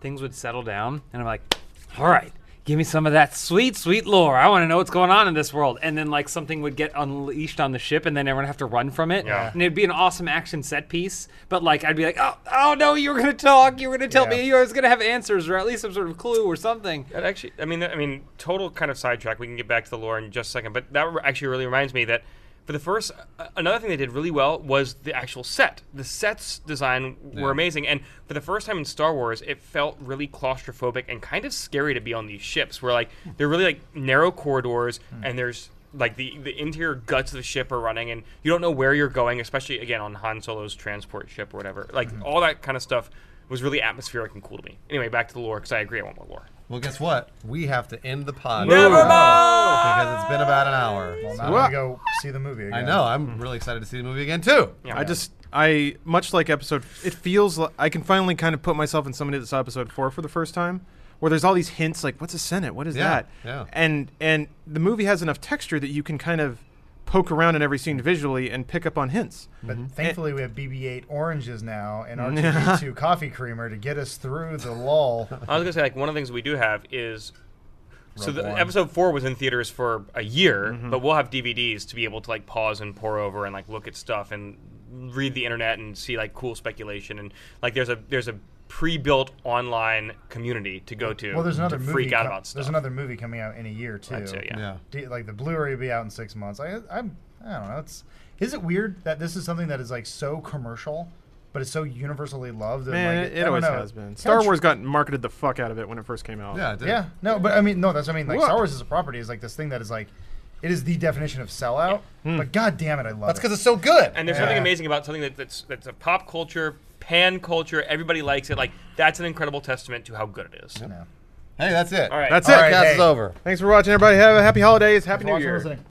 Speaker 4: things would settle down, and I'm like, all right. Give me some of that sweet, sweet lore. I want to know what's going on in this world. And then, like, something would get unleashed on the ship, and then everyone would have to run from it.
Speaker 3: Yeah.
Speaker 4: And it'd be an awesome action set piece. But, like, I'd be like, oh, oh no, you were going to talk. You were going to tell
Speaker 2: Yeah.
Speaker 4: me. You was going to have answers, or at least some sort of clue or something.
Speaker 3: That actually, I mean, I mean, total kind of sidetrack. We can get back to the lore in just a second, but that re- actually really reminds me that for the first, uh, another thing they did really well was the actual set. The sets design were amazing, and for the first time in Star Wars, it felt really claustrophobic and kind of scary to be on these ships, where like they're really like narrow corridors, and there's like the the interior guts of the ship are running, and you don't know where you're going, especially again on Han Solo's transport ship or whatever. Like all that kind of stuff. Was really atmospheric and cool to me. Anyway, back to the lore because I agree. I want more lore.
Speaker 5: Well, guess what? We have to end the pod.
Speaker 3: Never
Speaker 5: now Because it's been about an hour.
Speaker 2: Well, now I'm gonna go see the movie. Again.
Speaker 5: I know. I'm really excited to see the movie again too.
Speaker 3: Yeah.
Speaker 1: I just I much like episode. It feels like I can finally kind of put myself in somebody that saw episode four for the first time, where there's all these hints like, "What's a senate? What is
Speaker 5: Yeah,
Speaker 1: that?"
Speaker 5: yeah.
Speaker 1: And and the movie has enough texture that you can kind of poke around in every scene visually and pick up on hints.
Speaker 2: But thankfully, we have BB-8 oranges now and
Speaker 1: Mm-hmm.
Speaker 2: R2D2 coffee creamer to get us through the lull.
Speaker 3: I was gonna say like one of the things we do have is so
Speaker 2: Rogue
Speaker 3: the
Speaker 2: One. Mm-hmm.
Speaker 3: episode four was in theaters for a year, but we'll have DVDs to be able to like pause and pour over and like look at stuff and read the internet and see like cool speculation and like there's a there's a pre-built online community to go to
Speaker 2: Well, there's another
Speaker 3: to
Speaker 2: movie.
Speaker 3: freak out
Speaker 2: co-
Speaker 3: about stuff.
Speaker 2: There's another movie coming out in a year too.
Speaker 3: That's it, yeah.
Speaker 5: Yeah.
Speaker 2: D- like the Blu-ray will be out in six months. I, I'm, I don't know. It's is it weird that this is something that is like so commercial, but it's so universally loved? And
Speaker 1: Man,
Speaker 2: like,
Speaker 1: Eh, it, it
Speaker 2: I don't
Speaker 1: always
Speaker 2: know.
Speaker 1: has been.
Speaker 2: Kinda
Speaker 1: Star
Speaker 2: tr-
Speaker 1: Wars got marketed the fuck out of it when it first came out.
Speaker 5: Yeah. It did.
Speaker 2: Yeah, no, but I mean, no, that's what I mean. Like
Speaker 1: Look.
Speaker 2: Star Wars as a property is like this thing that is like, it is the definition of sellout. But god damn it, I love
Speaker 5: That's
Speaker 2: it.
Speaker 5: because it's so good.
Speaker 3: and there's something amazing about something that, that's that's a pop culture, pan culture. Everybody likes it. Like that's an incredible testament to how good it is.
Speaker 2: Yeah.
Speaker 5: Hey, that's it.
Speaker 3: All right.
Speaker 1: That's
Speaker 5: All
Speaker 1: it.
Speaker 5: right, cast
Speaker 2: hey.
Speaker 5: is over.
Speaker 1: Thanks for watching, everybody. Have a happy holidays. Happy New
Speaker 2: Watching,
Speaker 1: Year.
Speaker 2: listening.